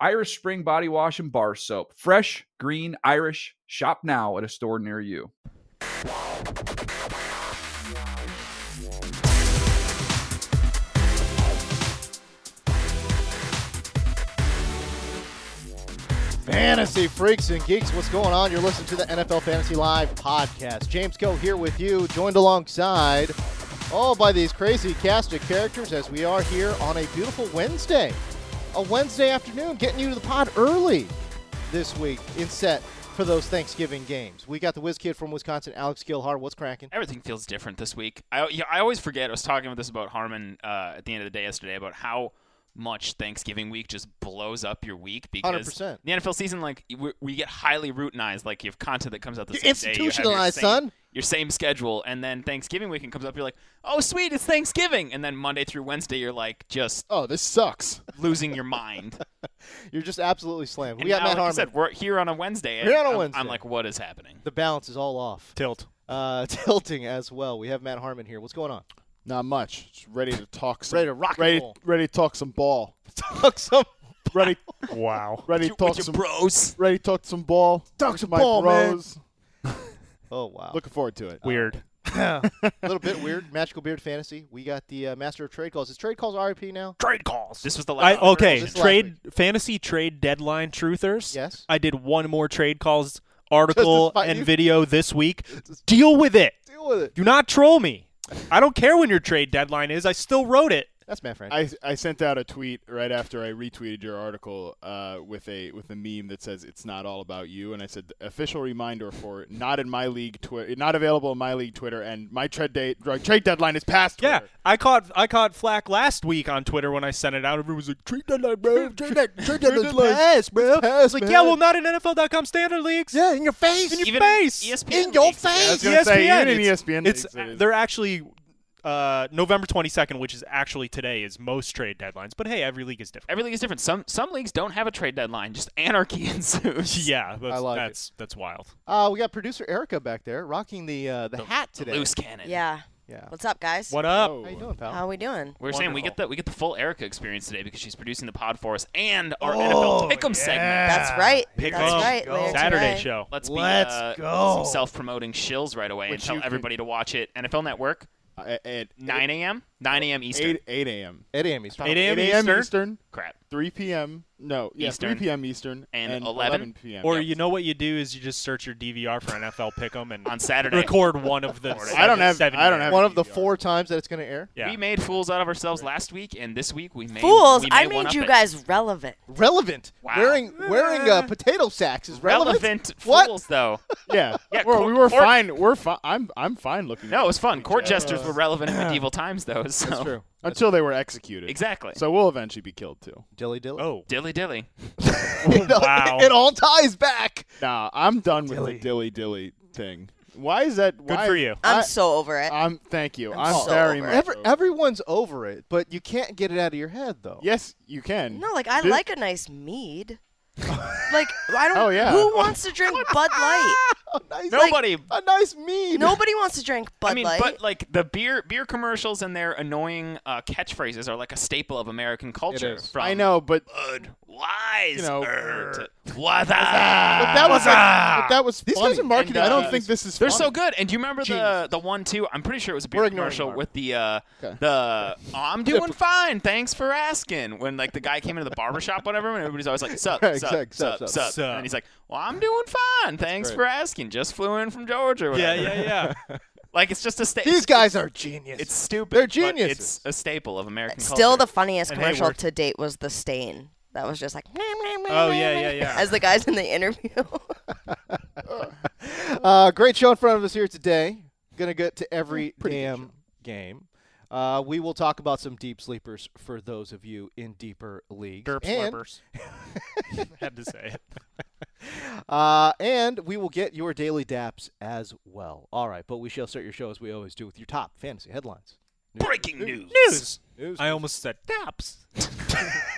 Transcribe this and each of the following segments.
Irish Spring Body Wash and Bar Soap. Fresh, green, Irish. Shop now at a store near you. Fantasy freaks and geeks, what's going on? You're listening to the NFL Fantasy Live podcast. James Coe here with you, joined alongside all by these crazy cast of characters as we are here on a beautiful Wednesday. A Wednesday afternoon, getting you to the pod early this week in set for those Thanksgiving games. We got the whiz kid from Wisconsin, Alex Gilhar. What's cracking? everything feels different this week. I yeah, I always forget. I was talking with this about Harmon uh, at the end of the day yesterday about how much Thanksgiving week just blows up your week because 100%. the NFL season like we, we get highly routinized. Like you have content that comes out the You're same day, you have your institutionalized, same- son. Your same schedule, and then Thanksgiving weekend comes up. You're like, oh sweet, it's Thanksgiving, and then Monday through Wednesday, you're like just Oh, this sucks. losing your mind. You're just absolutely slammed. And We got Matt now, like I Harmon. said, we're here on a Wednesday. and We're on a I'm- Wednesday. I'm like, what is happening? the balance is all off. Tilt. Uh, tilting as well. We have Matt Harmon here. What's going on? Not much. Just ready to talk. Some, Ready to rock and Ready, roll. ready to talk some ball. Talk some. Ready, Wow. ready to With talk your some. bros. Ready to talk some ball. Talk with some my ball, man. bros. Oh wow, Looking forward to it. Weird. a little bit weird. Magical beard fantasy. We got the uh, master of trade calls. Is trade calls RIP now? Trade calls. This was the I, last. okay, This trade fantasy trade deadline truthers. Yes. I did one more trade calls article fight and you. video this week. Deal with it. Deal with it. Do not troll me. I don't care when your trade deadline is. I still wrote it. That's Matt Frank. I, I sent out a tweet right after I retweeted your article uh, with a with a meme that says it's not all about you, and I said official reminder for not in my league Twitter, not available in my league Twitter, and my trade date trade deadline is past. Yeah, Twitter. I caught I caught flack last week on Twitter when I sent it out. Everyone was like, "Trade deadline, bro. Trade dead- trade deadline's past, bro." I was like, "Yeah, well, not in NFL.com standard leagues. Yeah, in your face, in your Even E face, ESPN In your leagues, yeah. I was gonna say, E even E in it's- ESPN, It's, it's- it is. they're actually uh, November 22nd, which is actually today, is most trade deadlines. But hey, every league is different. Every league is different. Some some leagues don't have a trade deadline. Just anarchy ensues. yeah, that's I like it. that's, that's wild. Uh, we got producer Erica back there rocking the uh, the, hat today. Loose cannon. Yeah. Yeah. What's up, guys? What up? Oh. How you doing, pal? How are we doing? We We're saying we get Wonderful. the we get the full Erica experience today because she's producing the pod for us and our NFL Pick'em segment. That's right. Uh, Pick That's up right. Later Saturday today. show. Let's, Let's be uh, go. some self-promoting shills right away Which you and can- tell everybody to watch it. NFL Network, I- at 9 a.m., 9 a.m. Eastern. eight eight a.m. Ed Amy's. 8 a.m. 8 a.m. Eastern, Eastern, Crap. 3 p.m. No, yeah, Eastern. 3 p.m. Eastern And 11 11, p.m. or you know what you do is you just search your DVR for NFL Pick'em and On Saturday. record one of the. I don't have- seven I don't games. have- One of the four times that it's going to air. Yeah. We made fools out of ourselves last week, and this week we made Fools, we I may made one-up you it. guys relevant. Relevant. Wow. Wearing wearing uh, potato sacks is relevant. relevant What? fools though. yeah, Yeah, Well, court- we were court- fine. We're fine. I'm I'm fine looking. No, it at was fun. Court Yes. jesters were relevant in medieval times though. So. That's true. until they were executed. Exactly. So we'll eventually be killed too. Dilly dilly. Oh, dilly dilly. it, all, wow. it all ties back. Nah, I'm done with the dilly dilly thing. Why is that? good why- for you. I'm I- so over it. I'm thank you. I'm I'm, so very over much. it. Every, over- everyone's over it, but you can't get it out of your head though. yes, you can. no, like I This- like a nice mead. like I don't. Oh, yeah. Who wants to drink Bud Light? A nice, Nobody a nice mead. Nobody wants to drink Bud I mean, Light. but like the beer beer commercials and their annoying uh, catchphrases are like a staple of American culture. is. From I know, but Bud Wise, You know, er, brr. to- what the- but that was like, but that was These funny. guys are marketing I don't things. think this is. They're funny. so good. And do you remember the the one too? I'm pretty sure it was a beer We're ignoring commercial Mark. with the uh, Okay. the "Oh, I'm doing fine, thanks for asking. When like the guy came into the barbershop, whatever, and everybody's always like, sup, Yeah, sup, exact, sup, sup, sup, sup. and then he's like, well, I'm doing fine, thanks for asking. Just flew in from Georgia. Yeah, whatever. yeah, yeah. Like it's just a sta- These guys are genius. It's stupid. They're but geniuses. It's a staple of American Still, culture. the funniest And they commercial work- to date was the stain. That was just like. Oh, yeah, yeah, yeah. As the guys in the interview. Uh, great show in front of us here today. Gonna get to every damn game. Uh, we will talk about some deep sleepers for those of you in deeper leagues. Derp and, slurpers. Had to say it. Uh, and we will get your daily daps as well. All right, but we shall start your show as we always do with your top fantasy headlines. Breaking news. News. I almost said daps.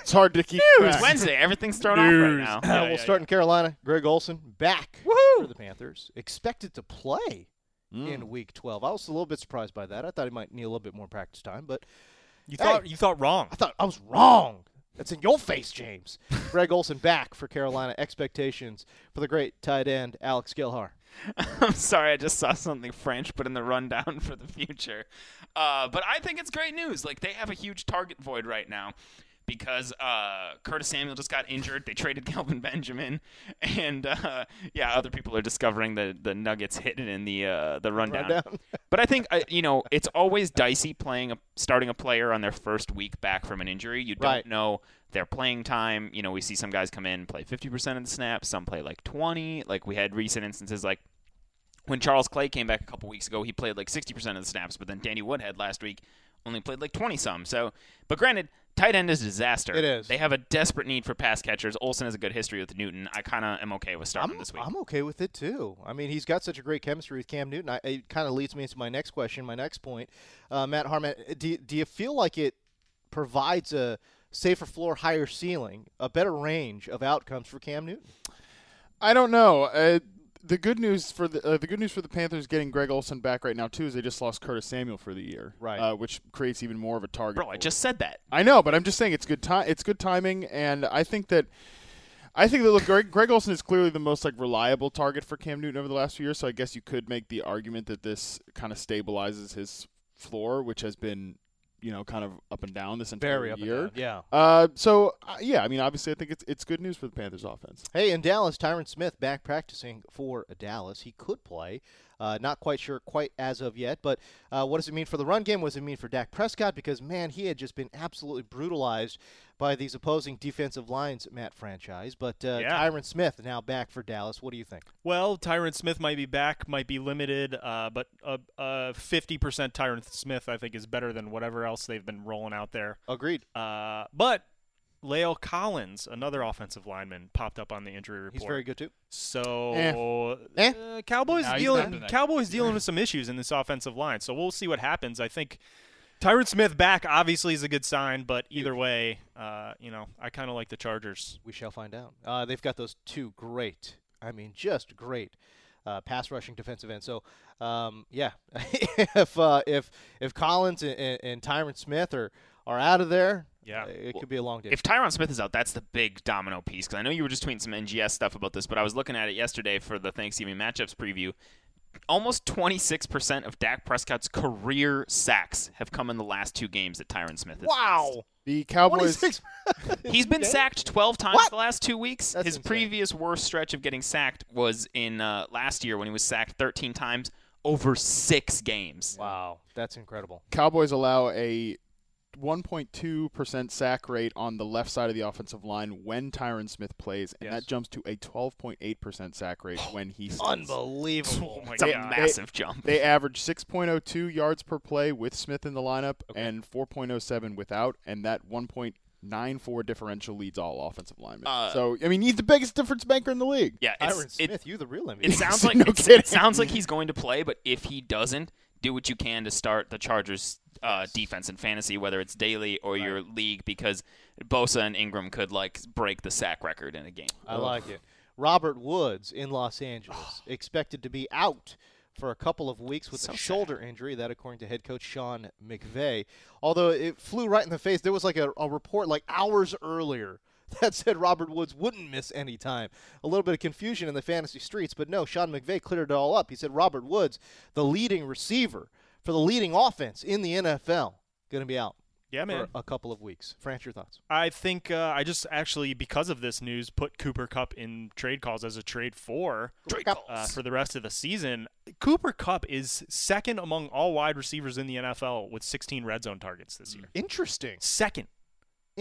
It's hard to keep It's track. Wednesday. Everything's thrown off right now. Uh, we'll start in Carolina. Greg Olson back for the Panthers, expected to play in Week 12. I was a little bit surprised by that. I thought he might need a little bit more practice time, but You Hey. thought you thought wrong. I thought I was wrong. That's in your face, James. Greg Olson back for Carolina. Expectations for the great tight end Alex Gilhar. I'm sorry, I just saw something French put in the rundown for the future. Uh, but I think it's great news. Like they have a huge target void right now because uh, Curtis Samuel just got injured. They traded Calvin Benjamin, and uh, yeah, other people are discovering the the Nuggets hidden in the uh, the rundown. Rundown. but I think uh, you know it's always dicey playing a, starting a player on their first week back from an injury. You don't Right. know their playing time. You know we see some guys come in and play 50% of the snaps, some play like 20. Like we had recent instances like when Charles Clay came back a couple weeks ago, he played like 60% of the snaps, but then Danny Woodhead last week only played like 20 some. So, but granted, tight end is a disaster. It is. They have a desperate need for pass catchers. Olsen has a good history with Newton. I kind of am okay with starting I'm, him this week. I'm okay with it too. I mean, he's got such a great chemistry with Cam Newton. I, it kind of leads me into my next question, my next point. Uh, Matt Harmon, do, do you feel like it provides a safer floor, higher ceiling, a better range of outcomes for Cam Newton? I don't know. Uh, the good news for the uh, the good news for the Panthers getting Greg Olson back right now too is they just lost Curtis Samuel for the year, Right. Uh, which creates even more of a target. Bro, I for- just said that. I know, but I'm just saying it's good time. It's good timing, and I think that. I think that look, Greg, Greg Olson is clearly the most like reliable target for Cam Newton over the last few years. So I guess you could make the argument that this kind of stabilizes his floor, which has been, you know, kind of up and down this entire year. Yeah. Uh, so uh, yeah, I mean, obviously, I think it's it's good news for the Panthers offense. Hey, in Dallas, Tyron Smith back practicing for Dallas. He could play. Uh, not quite sure quite as of yet, but uh, what does it mean for the run game? What does it mean for Dak Prescott? Because, man, he had just been absolutely brutalized by these opposing defensive lines, Matt franchise. But uh, Yeah. Tyron Smith now back for Dallas. What do you think? Well, Tyron Smith might be back, might be limited, uh, but uh, uh, 50% Tyron Smith, I think, is better than whatever else they've been rolling out there. Agreed. Uh, but Lale Collins, another offensive lineman, popped up on the injury report. He's very good, too. So Eh. uh, Cowboys No, he's not dealing doing that. Cowboys dealing with some issues in this offensive line. So we'll see what happens. I think Tyron Smith back obviously is a good sign, but either way, uh, you know, I kind of like the Chargers. We shall find out. Uh, they've got those two great, I mean, just great uh, pass rushing defensive ends. So, um, yeah, if uh, if if Collins and, and, and Tyron Smith are are out of there, Yeah. uh, it could be a long day. If Tyron Smith is out, that's the big domino piece. Because I know you were just tweeting some NGS stuff about this, but I was looking at it yesterday for the Thanksgiving matchups preview. Almost 26% of Dak Prescott's career sacks have come in the last two games that Tyron Smith has missed. The Cowboys. 26 He's been Okay. sacked 12 times What? the last two weeks. That's His insane. previous worst stretch of getting sacked was in uh, last year when he was sacked 13 times over six games. Wow, that's incredible. Cowboys allow a 1.2% sack rate on the left side of the offensive line when Tyron Smith plays, and Yes. that jumps to a 12.8% sack rate when he sits. Unbelievable. It's a Yeah. massive jump. They average 6.02 yards per play with Smith in the lineup and 4.07 without, and that 1.94 differential leads all offensive linemen. Uh, so, I mean, he's the biggest difference maker in the league. yeah, Tyron it's, it, Smith, you the real MVP. it sounds like No it's- kidding. it sounds like he's going to play, but if he doesn't, do what you can to start the Chargers uh, defense in fantasy, whether it's daily or your league, because Bosa and Ingram could like break the sack record in a game. I like it. Robert Woods in Los Angeles expected to be out for a couple of weeks with a shoulder injury. That, according to head coach Sean McVay, although it flew right in the face, there was like a, a report like hours earlier that said Robert Woods wouldn't miss any time. A little bit of confusion in the fantasy streets, but no, Sean McVay cleared it all up. He said Robert Woods, the leading receiver for the leading offense in the NFL, going to be out Yeah, man. for a couple of weeks. France, your thoughts? I think uh, I just actually because of this news put Cooper Cup in trade calls as a trade for uh, for the rest of the season. Cooper Cup is second among all wide receivers in the NFL with 16 red zone targets this year. Interesting. Second.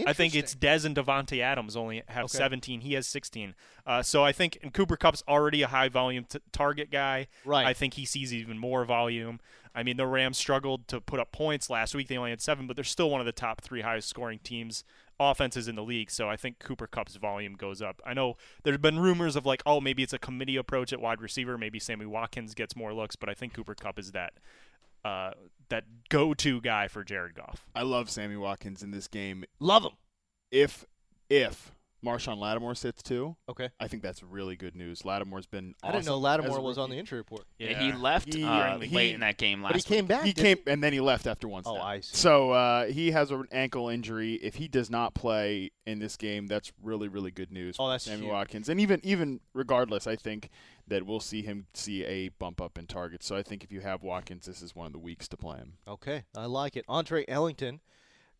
I think it's Interesting. Dez and Devontae Adams only have Okay. 17. He has 16. Uh, so I think and Cooper Cup's already a high volume t- target guy. Right. I think he sees even more volume. I mean, the Rams struggled to put up points last week. They only had seven, but they're still one of the top three highest scoring teams offenses in the league. So I think Cooper Cup's volume goes up. I know there's been rumors of like, oh, maybe it's a committee approach at wide receiver. Maybe Sammy Watkins gets more looks, but I think Cooper Cup is that uh, that go-to guy for Jared Goff. I love Sammy Watkins in this game. Love him. If if Marshawn Lattimore sits too, okay. I think that's really good news. Lattimore's been. I didn't know awesome as Lattimore a was on the rookie. injury report, Yeah, he left He- uh, he- late in that game last but he came back. He didn't came and then he left after one Oh, snap. I see. So uh, he has an ankle injury. If he does not play in this game, that's really really good news. Oh, for that's Sammy huge. Watkins. And even even regardless, I think that we'll see him see a bump up in targets. So I think if you have Watkins, this is one of the weeks to play him. Okay, I like it. Andre Ellington,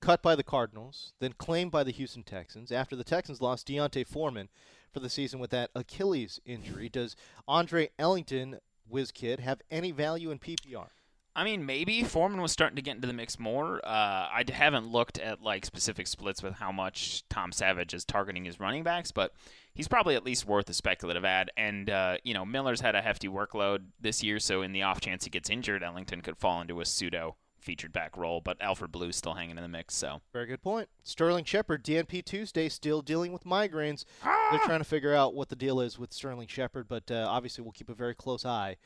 cut by the Cardinals, then claimed by the Houston Texans. After the Texans lost Deontay Foreman for the season with that Achilles injury, does Andre Ellington, whiz kid, have any value in PPR? I mean, maybe Foreman was starting to get into the mix more. Uh, I d- haven't looked at like specific splits with how much Tom Savage is targeting his running backs, but he's probably at least worth a speculative ad. And uh, you know, Miller's had a hefty workload this year, so in the off chance he gets injured, Ellington could fall into a pseudo featured back role. But Alfred Blue's still hanging in the mix, so Very good point. Sterling Shepard, DNP Tuesday, still dealing with migraines. They're trying to figure out what the deal is with Sterling Shepard, but uh, obviously we'll keep a very close eye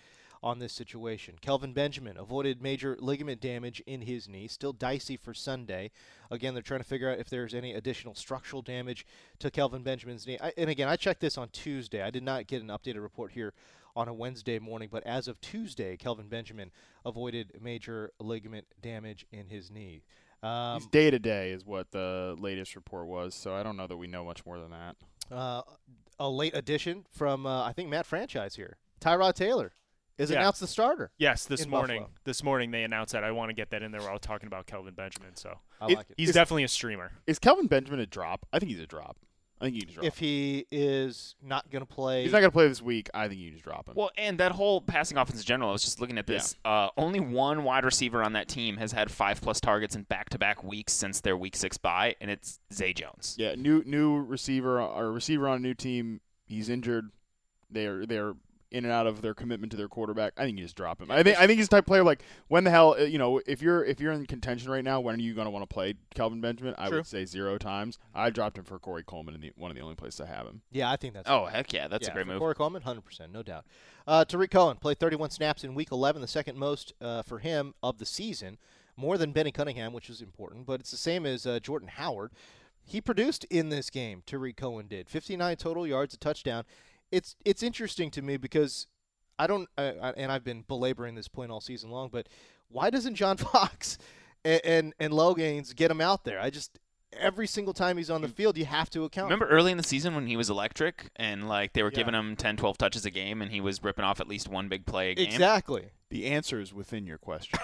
on this situation. Kelvin Benjamin avoided major ligament damage in his knee, still dicey for Sunday. Again, they're trying to figure out if there's any additional structural damage to Kelvin Benjamin's knee. I, and again, I checked this on Tuesday. I did not get an updated report here on a Wednesday morning, but as of Tuesday, Kelvin Benjamin avoided major ligament damage in his knee. Um, He's day to day is what the latest report was. So I don't know that we know much more than that. uh, a late addition from uh, I think Matt Franchise here. Tyrod Taylor is Yeah. announced the starter. Yes, this in morning. Buffalo. This morning they announced that. I want to get that in there while talking about Kelvin Benjamin. So I It- like it. he's Is- definitely a streamer. Is Calvin Benjamin a drop? I think he's a drop. I think you can drop. If he is not going to play, he's not going to play this week, I think you just drop him. Well, and that whole passing offense in general, I was just looking at this. Uh, only one wide receiver on that team has had five plus targets in back to back weeks since their week six bye, and it's Zay Jones. Yeah, new new receiver uh, or receiver on a new team. He's injured. They're they're in and out of their commitment to their quarterback. I think you just drop him. I think I think he's the type of player like when the hell uh, you know if you're if you're in contention right now, when are you going to want to play Calvin Benjamin? I True. would say zero times. I dropped him for Corey Coleman in the one of the only places I have him. yeah, I think that's Oh, heck yeah. That's yeah, a great for move. Corey Coleman, hundred percent, no doubt. Uh, Tariq Cohen played 31 snaps in Week 11, the second most uh, for him of the season, more than Benny Cunningham, which is important. But it's the same as uh, Jordan Howard. He produced in this game. Tariq Cohen did 59 total yards, a touchdown. It's it's interesting to me because I don't, uh, I- and I've been belaboring this point all season long, but why doesn't John Fox and and, and Logan's get him out there? I just every single time he's on the field, you have to account. Remember early in the season when he was electric and like they were Yeah. giving him 10, 12 touches a game and he was ripping off at least one big play a game? exactly. The answer is within your question.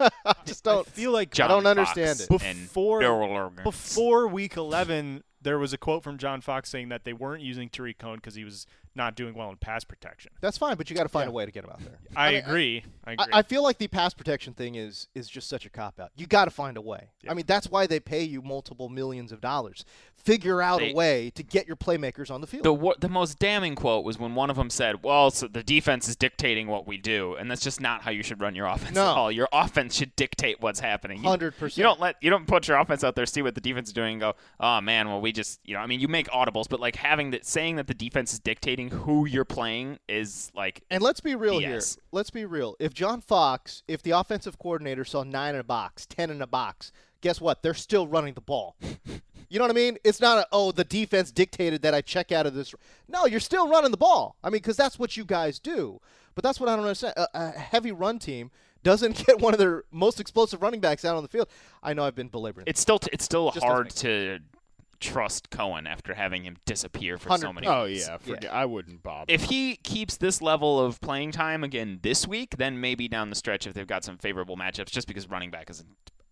I just don't feel like John don't Fox understand it. Before- and Daryl Logan. before week 11, there was a quote from John Fox saying that they weren't using Tariq Cohen because he was not doing well in pass protection. That's fine, but you got to find a way to get him out there. I, mean, agree. I, agree. I, I feel like the pass protection thing is is just such a cop out. You got to find a way. I mean, that's why they pay you multiple millions of dollars. Figure out They- a way to get your playmakers on the field. The wor- the most damning quote was when one of them said, "Well, so the defense is dictating what we do, and that's just not how you should run your offense No. at all. Your offense should dictate what's happening. You- 100%. You don't let you don't put your offense out there, see what the defense is doing, and go, oh man, well we just you know, I mean, you make audibles, but like having that saying that the defense is dictating who you're playing is like and let's be real BS. here. Let's be real. If John Fox, if the offensive coordinator saw nine in a box, ten in a box, guess what? They're still running the ball. You know what I mean? It's not a oh the defense dictated that I check out of this. No, you're still running the ball. I mean, because that's what you guys do. But that's what I don't understand. A, a heavy run team doesn't get one of their most explosive running backs out on the field. I know I've been belaboring. it's still t- it's still Just doesn't hard make to trust Cohen after having him disappear for so 100%. many. oh weeks. yeah, forget, I wouldn't Bob. if he keeps this level of playing time again this week, then maybe down the stretch if they've got some favorable matchups, just because running back is an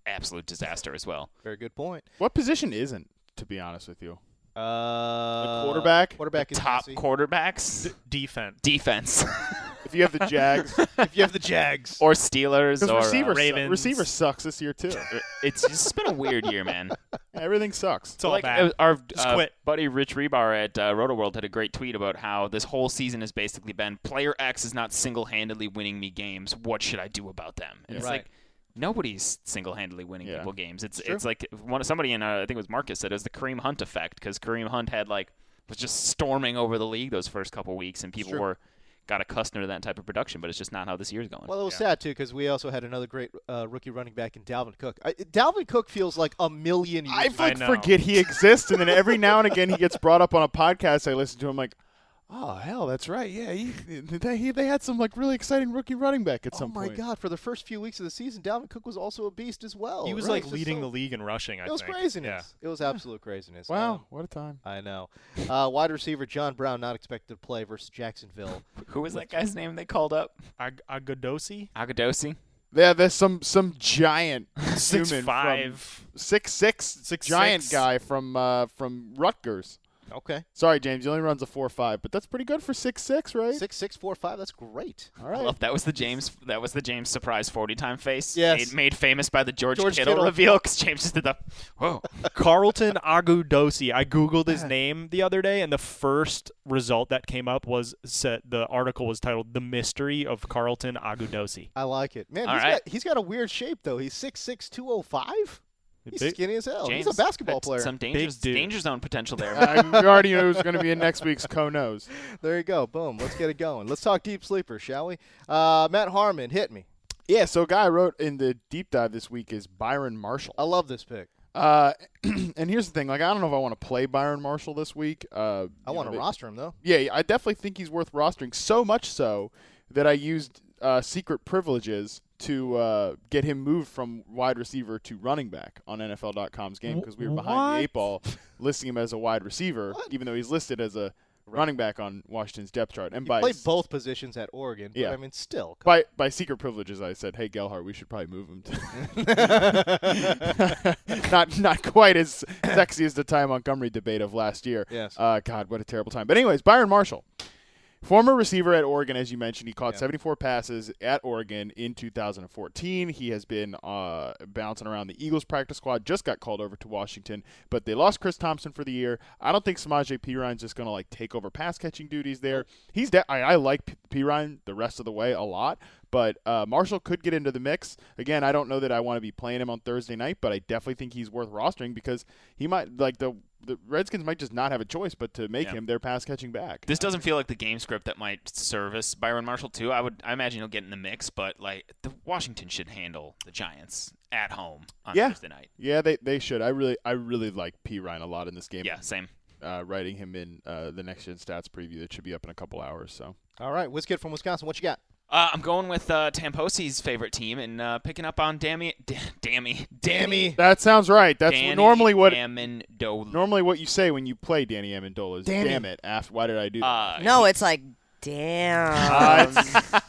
absolute disaster as well. Very good point. what position isn't? To be honest with you, Uh, Uh, quarterback? Quarterback is Top easy. quarterbacks, defense. defense. If you have the Jags if you have the Jags. or Steelers because or uh, receiver su- Ravens. receiver sucks this year too. It's just been a weird year, man. Everything sucks. It's all like, bad. it was- Our Just uh, quit. buddy Rich Rebar at uh, RotoWorld had a great tweet about how this whole season has basically been player X is not single-handedly winning me games. What should I do about them? And it's Right. like nobody's single-handedly winning Yeah. people games. It's true. it's like one somebody in uh, I think it was Marcus said it was the Kareem Hunt effect because Kareem Hunt had like was just storming over the league those first couple weeks and people true. were got accustomed to that type of production, but it's just not how this year's going. Well, it was sad too because we also had another great uh, rookie running back in Dalvin Cook. I, Dalvin Cook feels like a million years. I ago. like know. forget he exists, and then every now and again he gets brought up on a podcast. I listen to him like, oh hell, that's right, yeah. He, they, he, they had some like really exciting rookie running back at oh some my point. God! For the first few weeks of the season, Dalvin Cook was also a beast as well. He was Right? like It's just leading so- the league in rushing. I It was think. craziness. It was absolute craziness. Wow, Um, what a time! I know. Uh, wide receiver John Brown not expected to play versus Jacksonville. Who was that guy's name they called up? Yeah. Ag- Agadosi. Agadosi. Yeah, there's some some giant Six human five. from six six Six, giant six. guy from uh, from Rutgers. Okay, Sorry, James, he only runs a four five, but that's pretty good for six six, right? six six four five. That's great. All I right. love that was the James that was the James surprise forty time face. Yes. made, made famous by the George, George Kittle, Kittle. reveal because James just did the whoa. Carlton Agudosi. I googled his name the other day, and the first result that came up was said the article was titled "The Mystery of Carlton Agudosi." I like it, man. All he's right. got he's got a weird shape though. He's six six two oh five. He's Big- skinny as hell. James, he's a basketball that's player. Some danger, dude. danger zone potential there. I already knew it was going to be in next week's Conos. There you go. Boom. Let's get it going. Let's talk deep sleeper, shall we? Uh, Matt Harmon, hit me. Yeah, so a guy I wrote in the deep dive this week is Byron Marshall. I love this pick. Uh, and here's the thing: like, I don't know if I want to play Byron Marshall this week. Uh, I you want to know, they- roster him though. Yeah, I definitely think he's worth rostering. So much so that I used uh, secret privileges to uh, get him moved from wide receiver to running back on NFL.com's game because we were behind What? the eight ball, listing him as a wide receiver, even though he's listed as a running back on Washington's depth chart. And He by played both positions at Oregon, but Yeah. I mean, still. by by secret privileges, I said, "Hey, Gelhart, we should probably move him." To not not quite as sexy as the Ty Montgomery debate of last year. Yes. Uh, God, what a terrible time. But anyways, Byron Marshall, former receiver at Oregon, as you mentioned, he caught 74 passes at Oregon in 2014. He has been uh, bouncing around the Eagles practice squad. Just got called over to Washington, but they lost Chris Thompson for the year. I don't think Samaje Perine just going to like take over pass catching duties there. He's de- I, I like P- Perine the rest of the way a lot. But uh, Marshall could get into the mix again. I don't know that I want to be playing him on Thursday night, but I definitely think he's worth rostering because he might like the the Redskins might just not have a choice but to make Yeah. him their pass catching back. This doesn't feel like the game script that might service Byron Marshall too. I would, I imagine he'll get in the mix, but like the Washington should handle the Giants at home on Yeah. Thursday night. Yeah, they, they should. I really I really like P Ryan a lot in this game. Yeah, same. uh, writing him in uh, the next gen stats preview that should be up in a couple hours. So All right, Wizkid from Wisconsin, what you got? Uh, I'm going with uh, Tamposi's favorite team and uh, picking up on Dammy, D- Dammy, Dammy, that sounds right. That's Danny normally what Amendola. normally what you say when you play Danny Amendola is Danny. damn it. After why did I do? That? Uh, No, it's like, damn. Uh, it's-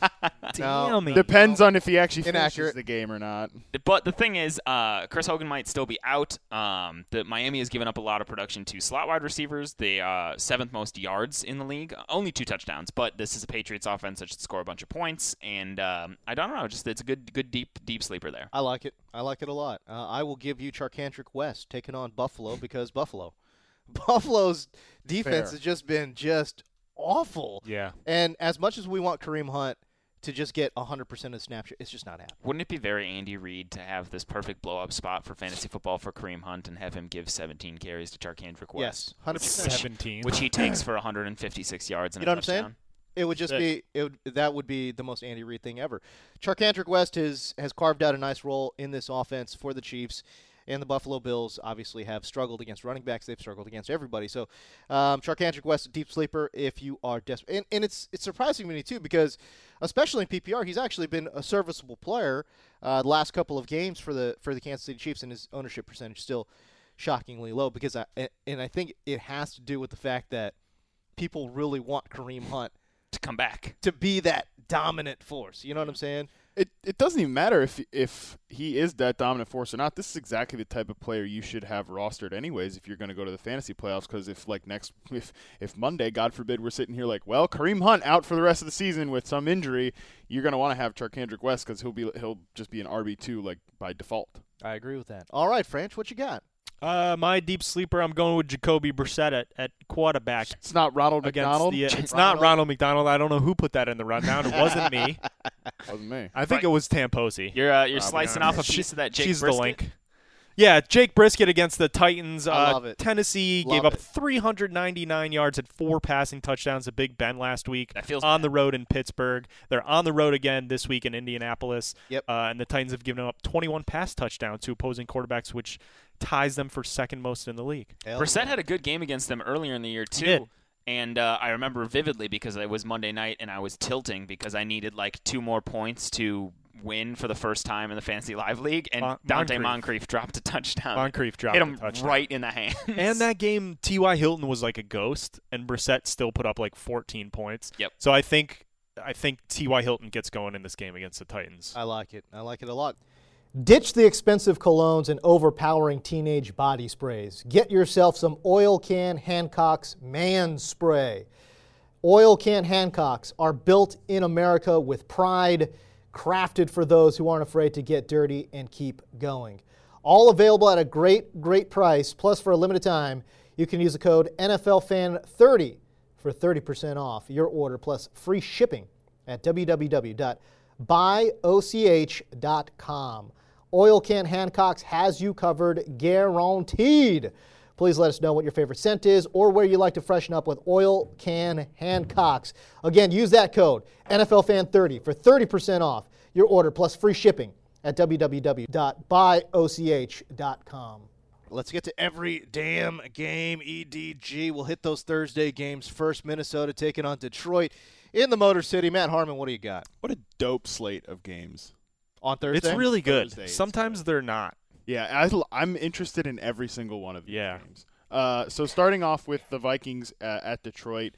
No. Damn it. depends on if he actually finishes Inaccurate. the game or not. But the thing is, uh, Chris Hogan might still be out. Um, the Miami has given up a lot of production to slot wide receivers, the uh, seventh most yards in the league, only two touchdowns. But this is a Patriots offense that should score a bunch of points, and um, I don't know, just it's a good, good deep, deep sleeper there. I like it. I like it a lot. Uh, I will give you Charcantric West taking on Buffalo because Buffalo. Buffalo's defense Fair. has just been just awful. Yeah. And as much as we want Kareem Hunt to just get 100% of the snapshot, it's just not happening. Wouldn't it be very Andy Reid to have this perfect blow up spot for fantasy football for Kareem Hunt and have him give 17 carries to Charkandrick West? Yes, 100%. Seventeen. Which he takes for 156 yards and You know a what I'm saying? touchdown. It would just Sick. be it would, that would be the most Andy Reid thing ever. Charcantric West has has carved out a nice role in this offense for the Chiefs, and the Buffalo Bills obviously have struggled against running backs. They've struggled against everybody. So, um, Charcantric West, a deep sleeper if you are desperate, and, and it's it's surprising to me too because, especially in PPR, he's actually been a serviceable player uh, the last couple of games for the for the Kansas City Chiefs, and his ownership percentage still shockingly low because I and I think it has to do with the fact that people really want Kareem Hunt to come back. to be that dominant force. You know what I'm saying? It it doesn't even matter if if he is that dominant force or not. This is exactly the type of player you should have rostered anyways if you're going to go to the fantasy playoffs. Because if like next if if Monday, God forbid, we're sitting here like, well, Kareem Hunt out for the rest of the season with some injury, you're going to want to have Charkandrick West because he'll be he'll just be an RB two like by default. I agree with that. All right, French, what you got? Uh, my deep sleeper. I'm going with Jacoby Brissett at, at quarterback. It's not Ronald Against McDonald. the, uh, it's not Ronald McDonald. I don't know who put that in the rundown. It wasn't me. wasn't me. I think it was Tamposi. You're uh, you're Probably slicing not. off a piece of that Jake She's brisket. the link. Yeah, Jake Brisket against the Titans. I uh, love it. Tennessee Love gave up it. 399 yards and four passing touchdowns to Big Ben last week. That feels on bad. the road in Pittsburgh. They're on the road again this week in Indianapolis. Yep. Uh, and the Titans have given up 21 pass touchdowns to opposing quarterbacks, which ties them for second most in the league. Brissett had a good game against them earlier in the year too. did. And uh, I remember vividly because it was Monday night and I was tilting because I needed like two more points to win for the first time in the Fantasy Live League, and Mon- Dante Moncrief. Moncrief. dropped a touchdown. Moncrief dropped hit a him touchdown. right in the hand. And that game, T.Y. Hilton was like a ghost, and Brissett still put up like 14 points. Yep. So I think I think T.Y. Hilton gets going in this game against the Titans. Uh, I like it. I like it a lot. Ditch the expensive colognes and overpowering teenage body sprays. Get yourself some Oil Can Hancock's Man Spray. Oil Can Hancocks are built in America with pride, crafted for those who aren't afraid to get dirty and keep going. All available at a great, great price. Plus, for a limited time, you can use the code NFLFan30 for 30% off your order plus free shipping at www.buyoch.com. Oil Can Hancock's has you covered, guaranteed. Please let us know what your favorite scent is or where you like to freshen up with Oil Can Hancock's. Again, use that code NFLFan30 for 30% off your order plus free shipping at www.buyoch.com. Let's get to every damn game. E EDG. We'll hit those Thursday games first. Minnesota taking on Detroit in the Motor City. Matt Harmon, what do you got What a dope slate of games. on Thursday? it's really good. Thursday, it's Sometimes they're not. Yeah, I, am interested in every single one of these Yeah. games. Uh, so starting off with the Vikings uh, at Detroit,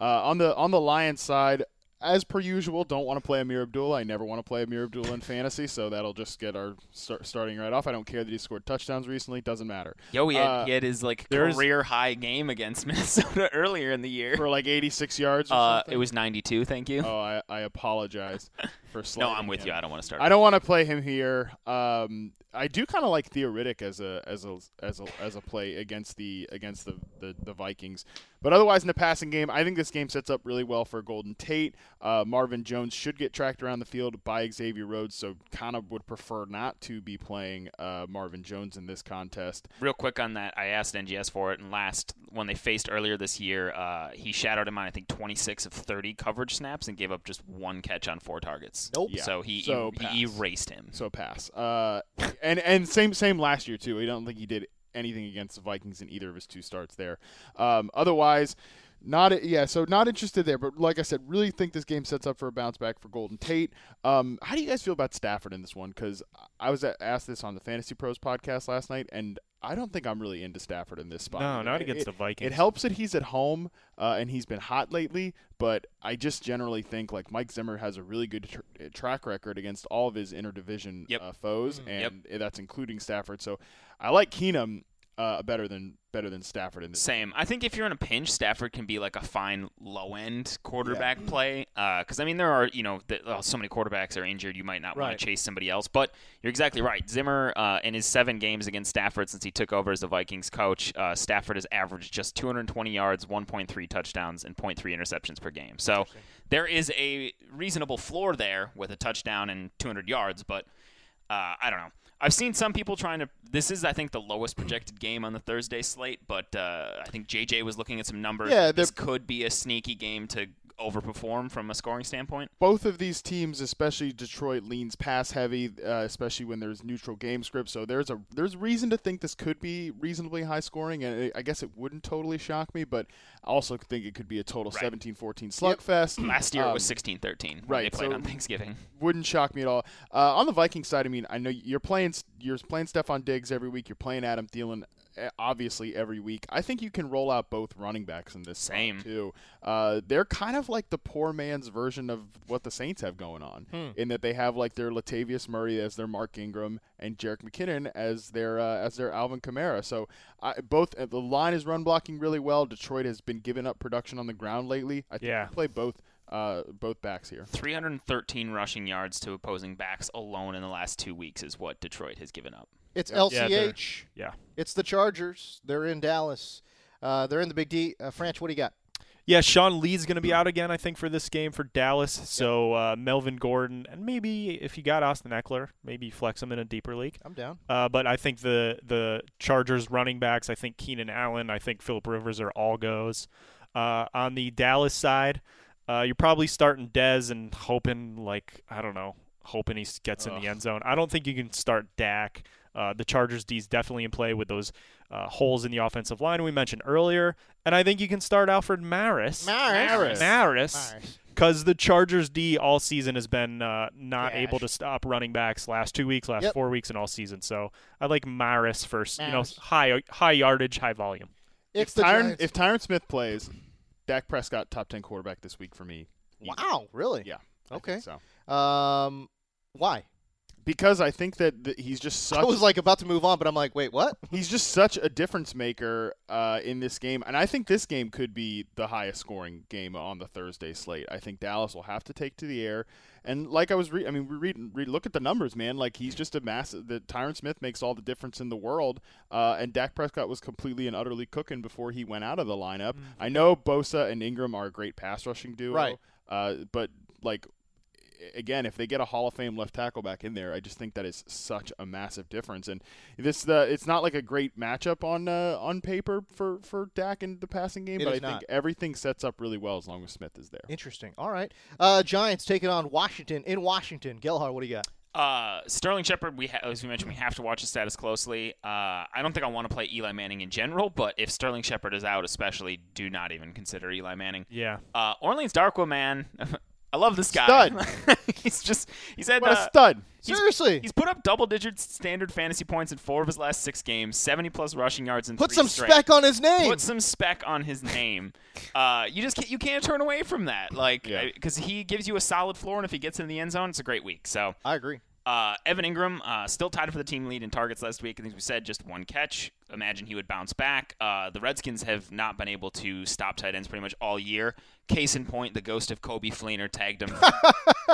uh, on the on the Lions side, as per usual, don't want to play Amir Abdullah. I never want to play Amir Abdullah in fantasy, so that'll just get our start, starting right off. I don't care that he scored touchdowns recently; doesn't matter. Yo, he had, Uh, he had his like there's- career high game against Minnesota earlier in the year. For like 86 yards. Or Uh, something? it was 92. Thank you. Oh, I, I apologize for. no, slighting I'm with him. you. I don't want to start. I don't want to play him here. Um, I do kind of like Theoretic as a as a as a as a play against the against the, the the Vikings, but otherwise in the passing game, I think this game sets up really well for Golden Tate. Uh, Marvin Jones should get tracked around the field by Xavier Rhodes, so kind of would prefer not to be playing uh, Marvin Jones in this contest. Real quick on that, I asked NGS for it, and last when they faced earlier this year, uh, he shadowed him on I think 26 of 30 coverage snaps and gave up just one catch on four targets. Nope. Yeah. So he e, So he, pass. erased him. So pass. Uh, and and same same last year too. I don't think he did anything against the Vikings in either of his two starts there. Um, otherwise, not yeah. So not interested there. But like I said, really think this game sets up for a bounce back for Golden Tate. Um, how do you guys feel about Stafford in this one? Because I was a- asked this on the Fantasy Pros podcast last night, and I don't think I'm really into Stafford in this spot. No, not It- against it- the Vikings. It helps that he's at home uh, and he's been hot lately, but I just generally think like Mike Zimmer has a really good tr- uh, track record against all of his interdivision Yep. uh, foes, and eh, that's including Stafford. So I like Keenum uh, better than better than Stafford in this. Same. I think if you're in a pinch, Stafford can be like a fine low end quarterback play. Because I mean, there are you know the, oh, so many quarterbacks are injured. You might not want Right. to chase somebody else. But you're exactly right. Zimmer uh, in his seven games against Stafford since he took over as the Vikings coach, uh, Stafford has averaged just 220 yards, 1.3 touchdowns, and 0.3 interceptions per game. So there is a reasonable floor there with a touchdown and 200 yards, but uh, I don't know. I've seen some people trying to. This is, I think, the lowest projected game on the Thursday slate, but uh, I think JJ was looking at some numbers. Yeah, this they're- could be a sneaky game to overperform from a scoring standpoint. both of these teams, especially Detroit, leans pass heavy, uh, especially when there's neutral game script. So there's a there's reason to think this could be reasonably high scoring, and eh, I- I guess it wouldn't totally shock me, but I also think it could be a total Right. 17-14 slugfest. Last year it was Um, 16 13. They right, played so- on Thanksgiving. wouldn't shock me at all. Uh, on the Viking side, I mean, I know you're playing you're playing Stephon Diggs every week. You're playing Adam Thielen eh, obviously every week. I think you can roll out both running backs in this spot, Same. too. Uh, they're kind of like the poor man's version of what the Saints have going on, in that they have like their Latavius Murray as their Mark Ingram and Jarek McKinnon as their uh, as their Alvin Kamara. So I, both uh, the line is run blocking really well. Detroit has been giving up production on the ground lately. I think Yeah. we play both uh, both backs here. 313 rushing yards to opposing backs alone in the last two weeks is what Detroit has given up. It's Yeah, they're- LCH. Yeah. it's the Chargers. They're in Dallas. Uh, they're in the Big D. Uh, Franch, what do you got? Yeah, Sean Lee's going to be out again, I think, for this game for Dallas. So uh, Melvin Gordon, and maybe if you got Austin Eckler, maybe flex him in a deeper league. I'm down. Uh, but I think the the Chargers running backs, I think Keenan Allen, I think Philip Rivers are all goes. Uh, on the Dallas side, uh, you're probably starting Dez and hoping, like, I don't know, hoping he s- gets in the end zone. I don't think you can start Dak. Uh, the Chargers D's definitely in play with those uh, holes in the offensive line we mentioned earlier, and I think you can start Alfred Maris. Maris. Maris. Because the Chargers D all season has been uh, not Trash. able to stop running backs last two weeks, last Yep. four weeks, and all season. So I like Maris first. You know, Maris. high high yardage, high volume. It's the if Tyron Giants. if Tyron Smith plays, Dak Prescott top ten quarterback this week for me. wow, really? Yeah. I think Okay. So Um, why? because I think that th- he's just I such was like about to move on, but I'm like, wait, what? he's just such a difference maker uh, in this game, and I think this game could be the highest scoring game on the Thursday slate. I think Dallas will have to take to the air, and like I was, re- I mean, we read, read, look at the numbers, man. Like he's just a massive. The Tyron Smith makes all the difference in the world, uh, and Dak Prescott was completely and utterly cooking before he went out of the lineup. I know Bosa and Ingram are a great pass rushing duo, Right. Uh, but like again, if they get a Hall of Fame left tackle back in there, I just think that is such a massive difference. And this, the it's not like a great matchup on uh, on paper for for Dak in the passing game, It but I is not. think everything sets up really well as long as Smith is there. Interesting. All right. Uh, Giants taking on Washington in Washington. Gelhar, what do you got? Uh, Sterling Shepard, we ha- as we mentioned, we have to watch his status closely. Uh, I don't think I want to play Eli Manning in general, but if Sterling Shepard is out, especially, do not even consider Eli Manning. Yeah. Uh, Orleans Darkwa, man, I love this guy. Stud. he's just he's had What a uh, stud! He's- Seriously, He's put up double-digit standard fantasy points in four of his last six games, 70 plus rushing yards in put three some straight. spec on his name. Put some spec on his name. Uh, you just can't, you can't turn away from that, like Yeah. because he gives you a solid floor, and if he gets in the end zone, it's a great week. So I agree. uh, Evan Ingram uh, still tied for the team lead in targets last week. I think we said just one catch. Imagine he would bounce back. Uh, the Redskins have not been able to stop tight ends pretty much all year. Case in point, the ghost of Kobe Fleener tagged him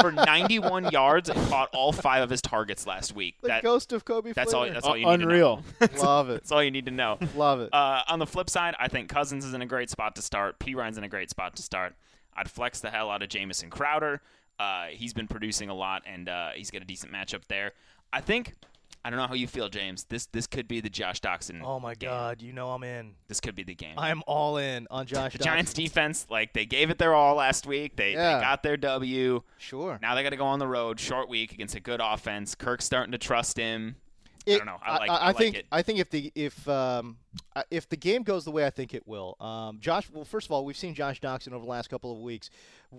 for 91 yards and caught all five of his targets last week. The That- ghost of Kobe. that's all. Fleener. That's all you need Uh, Unreal. to know. Love it. that's all you need to know. Love it. Uh, on the flip side, I think Cousins is in a great spot to start. P Ryan's in a great spot to start. I'd flex the hell out of Jamison Crowder. Uh, he's been producing a lot, and uh, he's got a decent matchup there. I think. I don't know how you feel, James. This this could be the Josh Doxson. oh my game. God, you know I'm in. This could be the game. I'm all in on Josh. the Giants defense, like they gave it their all last week. They, Yeah. they got their W. Sure. Now they got to go on the road, short week against a good offense. Kirk's starting to trust him. I It- don't know. I like. I, I like think. it. I think if the if um I- if the game goes the way I think it will, um, Josh. Well, first of all, we've seen Josh Doxson over the last couple of weeks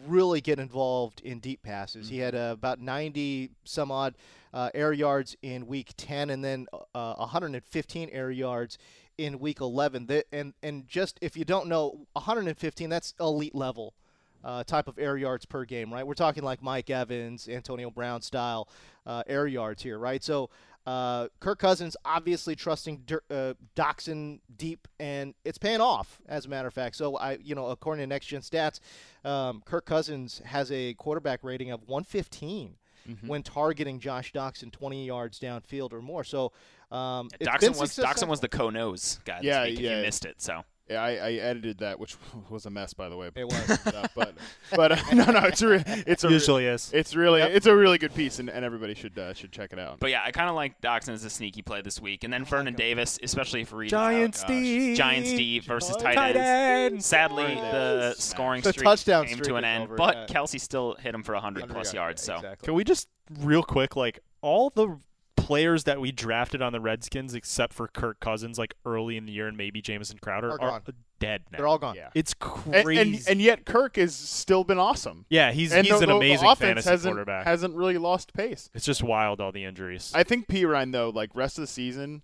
really get involved in deep passes. He had Mm-hmm. uh, about 90 some odd uh, air yards in week 10, and then uh, 115 air yards in week 11. The, and and just if you don't know, 115 that's elite level. uh, type of air yards per game, right? We're talking like Mike Evans, Antonio Brown style uh, air yards here, right? So uh, Kirk Cousins obviously trusting Dur- uh, Doxson deep, and it's paying off, as a matter of fact. So I, you know, according to Next Gen Stats, um, Kirk Cousins has a quarterback rating of 115. Mm-hmm. When targeting Josh Doxson 20 yards downfield or more, so um, it's been Doxson was successful. Doxson was the co nose guy. This Yeah, week, If yeah. you missed it, so Yeah, I, I edited that, which was a mess, by the way. It was. but but uh, no, no, it's a re- it's a Usually is. it's really it's a really good piece, and, and everybody should uh, should check it out. But yeah, I kind of like Doxson as a sneaky play this week, and then Vernon Davis, especially if Reed Giants is out. D. Giants D versus tight, Tight ends. ends. Sadly, Tight the ends. scoring The streak touchdown came streak to an is end, over, but yeah. Kelsey still hit him for 100 plus yards. So Exactly. Can we just real quick, like all the players that we drafted on the Redskins, except for Kirk Cousins, like early in the year, and maybe Jamison Crowder, Are are, gone. dead now. They're all gone. Yeah. It's And, crazy. and and yet Kirk has still been awesome. yeah, he's and he's the- the- an the amazing offense fantasy hasn't, quarterback. Hasn't really lost pace. it's just wild all the injuries. I think P Ryan though, like rest of the season,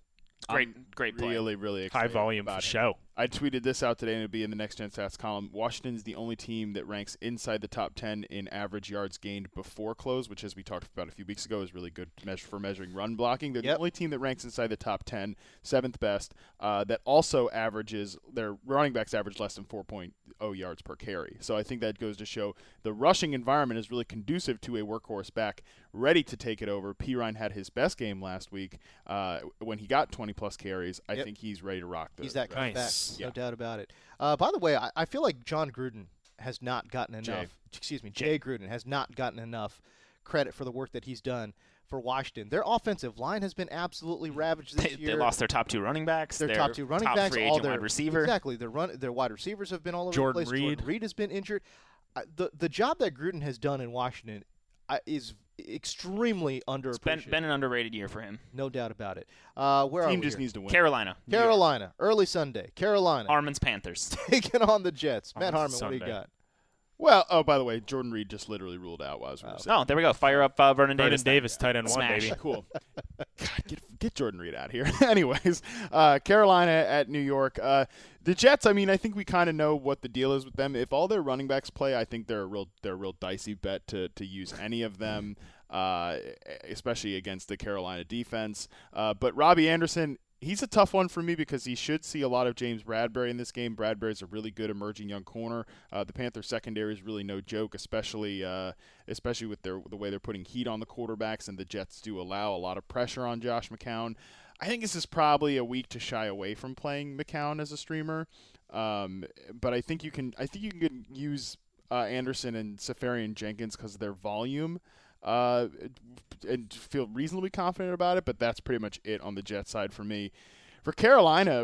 great, I'm great play. really, really High excited volume about for him. show. I tweeted this out today, and it'll be in the next gen stats column. Washington's the only team that ranks inside the top 10 in average yards gained before close, which, as we talked about a few weeks ago, is really good measure for measuring run blocking. They're Yep. the only team that ranks inside the top 10, seventh best, uh, that also averages their running backs average less than 4.0 yards per carry. So I think that goes to show the rushing environment is really conducive to a workhorse back ready to take it over. Pirine had his best game last week uh, when he got 20 plus carries. I Yep. think he's ready to rock. The, He's that kind of Nice. back, no doubt about it. Uh, by the way, I, I feel like John Gruden has not gotten enough. Jay. Excuse me, Jay Gruden has not gotten enough credit for the work that he's done for Washington. Their offensive line has been absolutely ravaged this They, year. they lost their top two running backs. their, top two running backs, free all agent their wide receiver. Exactly, their run, their wide receivers have been all over Jordan the place. Jordan Reed. Reed has been injured. Uh, the the job that Gruden has done in Washington uh, is extremely It's underappreciated. been, been an underrated year for him. no doubt about it. Uh, where are team we just here? needs to win. Carolina, Carolina, early Sunday. Carolina Armin's Panthers. taking on the Jets. Matt Oh, Harmon, it's what do you Sunday. got? Well, oh, by the way, Jordan Reed just literally ruled out while I was gonna say. No, there we go. Fire up uh, Vernon Vernon Davis. then. Davis, tight end one, Smash. baby. Cool. God, get, get Jordan Reed out of here. Anyways, uh, Carolina at New York. Uh, the Jets. I mean, I think we kind of know what the deal is with them. If all their running backs play, I think they're a real they're a real dicey bet to to use any of them, uh, especially against the Carolina defense. Uh, but Robbie Anderson. He's a tough one for me because he should see a lot of James Bradbury in this game. Bradbury's a really good emerging young corner. Uh, the Panthers secondary is really no joke, especially uh, especially with their the way they're putting heat on the quarterbacks, and the Jets do allow a lot of pressure on Josh McCown. I think this is probably a week to shy away from playing McCown as a streamer, um, but I think you can I think you can use uh, Anderson and Safarian Jenkins because of their volume. Uh, and feel reasonably confident about it, but that's pretty much it on the Jets side for me. For Carolina,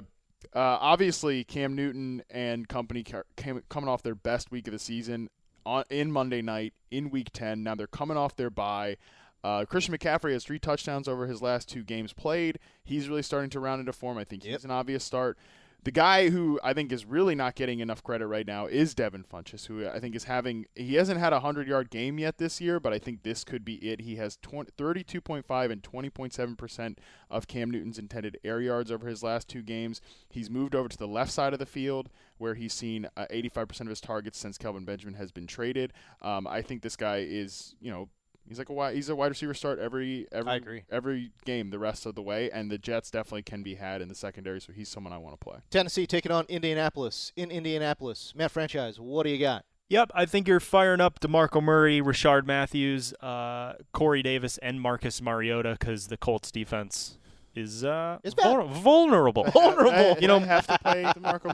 uh, obviously Cam Newton and company ca- came, coming off their best week of the season on, in Monday night in Week Ten. Now they're coming off their bye. Uh, Christian McCaffrey has three touchdowns over his last two games played. He's really starting to round into form. I think he's an obvious start. The guy who I think is really not getting enough credit right now is Devin Funches, who I think is having he hasn't had a hundred yard game yet this year, but I think this could be it. He has 20, 32.5 and 20.7 percent of Cam Newton's intended air yards over his last two games. He's moved over to the left side of the field where he's seen uh, 85% of his targets since Kelvin Benjamin has been traded. Um, I think this guy is, you know, he's like a wide, he's a wide receiver start every every I agree. every game the rest of the way, and the Jets definitely can be had in the secondary, so he's someone I want to play. Tennessee taking on Indianapolis in Indianapolis. Matt Franchise, what do you got? Yep, I think you're firing up DeMarco Murray, Richard Matthews, uh, Corey Davis, and Marcus Mariota because the Colts defense is uh, It's bad. vulner- vulnerable. Vulnerable, You know- have to play DeMarco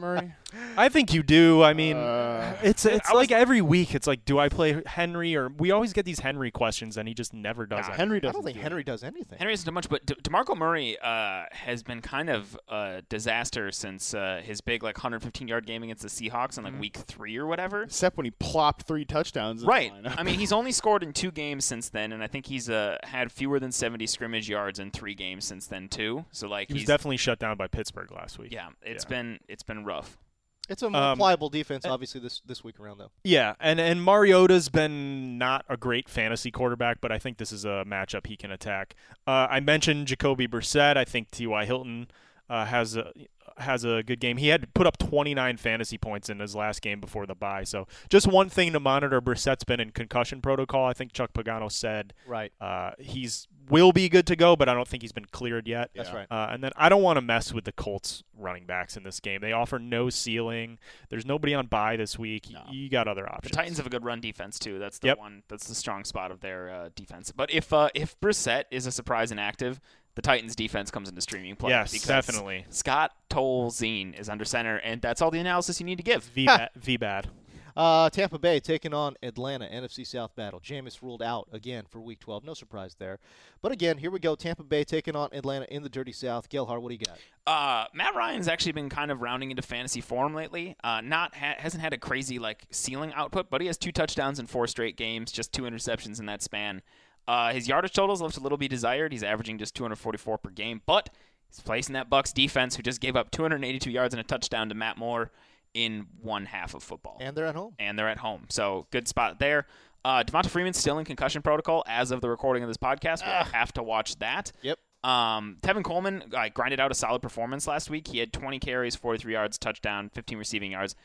Murray. I think you do. I mean, Uh, it's it's I was- like every week. It's like, do I play Henry or we always get these Henry questions, and he just never does nah, it. Henry I doesn't. don't think do it. Henry does anything. Henry hasn't done much, but De- Demarco Murray uh, has been kind of a disaster since uh, his big like 115 yard game against the Seahawks in like Mm-hmm. week three or whatever. except when he plopped three touchdowns. in the Right. lineup. I mean, he's only scored in two games since then, and I think he's uh, had fewer than 70 scrimmage yards in three games since then too. So like He was he's definitely shut down by Pittsburgh last week. yeah, it's yeah. been it's been rough. It's a more Um, pliable defense, obviously, this, this week around, though. Yeah, and and Mariota's been not a great fantasy quarterback, but I think this is a matchup he can attack. Uh, I mentioned Jacoby Brissett. I think T.Y. Hilton uh, has a has a good game. He had put up 29 fantasy points in his last game before the bye. So just one thing to monitor: Brissett's been in concussion protocol. I think Chuck Pagano said Right. uh, he's will be good to go, but I don't think he's been cleared yet. That's right. Uh, and then I don't want to mess with the Colts running backs in this game. They offer no ceiling. There's nobody on bye this week. No. You got other The options. Titans have a good run defense too. That's the Yep. one. That's the strong spot of their uh, defense. But if uh, if Brissett is a surprise and active, the Titans defense comes into streaming play. Yes, because definitely. Scott Tolzien is under center, and that's all the analysis you need to give. V bad. V bad. Uh, Tampa Bay taking on Atlanta, NFC South battle. Jameis ruled out again for Week 12. No surprise there. But again, here we go. Tampa Bay taking on Atlanta in the Dirty South. Gilhar, what do you got? Uh, Matt Ryan's actually been kind of rounding into fantasy form lately. Uh, not ha- hasn't had a crazy like ceiling output, but he has two touchdowns in four straight games, just two interceptions in that span. Uh, his yardage totals left a little be desired. He's averaging just 244 per game, but he's placing that Bucks defense, who just gave up 282 yards and a touchdown to Matt Moore in one half of football And they're at home. and they're at home. So good spot there. Uh, Devonta Freeman's still in concussion protocol as of the recording of this podcast. We'll have to watch that. Yep. Um, Tevin Coleman uh, grinded out a solid performance last week. He had 20 carries, 43 yards, touchdown, 15 receiving yards.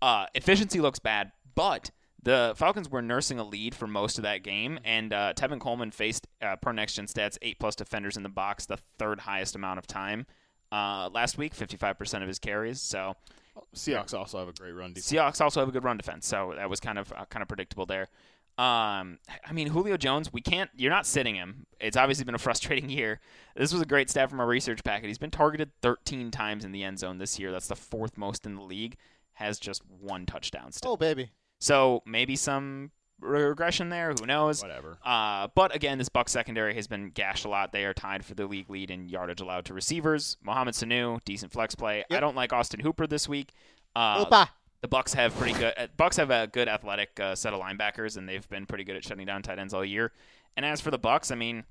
Uh, efficiency looks bad, but the Falcons were nursing a lead for most of that game, and uh, Tevin Coleman faced uh, per next gen stats eight plus defenders in the box, the third highest amount of time uh, last week, 55% of his carries. So Seahawks also have a great run defense. Seahawks also have a good run defense, so that was kind of uh, kind of predictable there. Um, I mean Julio Jones, we can't. You're not sitting him. It's obviously been a frustrating year. This was a great stat from our research packet. He's been targeted 13 times in the end zone this year. That's the fourth most in the league. Has just one touchdown still. Oh, baby. So maybe some regression there. Who knows? Whatever. Uh, but again, this Buck secondary has been gashed a lot. They are tied for the league lead in yardage allowed to receivers. Mohamed Sanu, decent flex play. I don't like Austin Hooper this week. Uh, Opa. the Bucks have pretty good. uh, Bucks have a good athletic uh, set of linebackers, and they've been pretty good at shutting down tight ends all year. And as for the Bucks, I mean,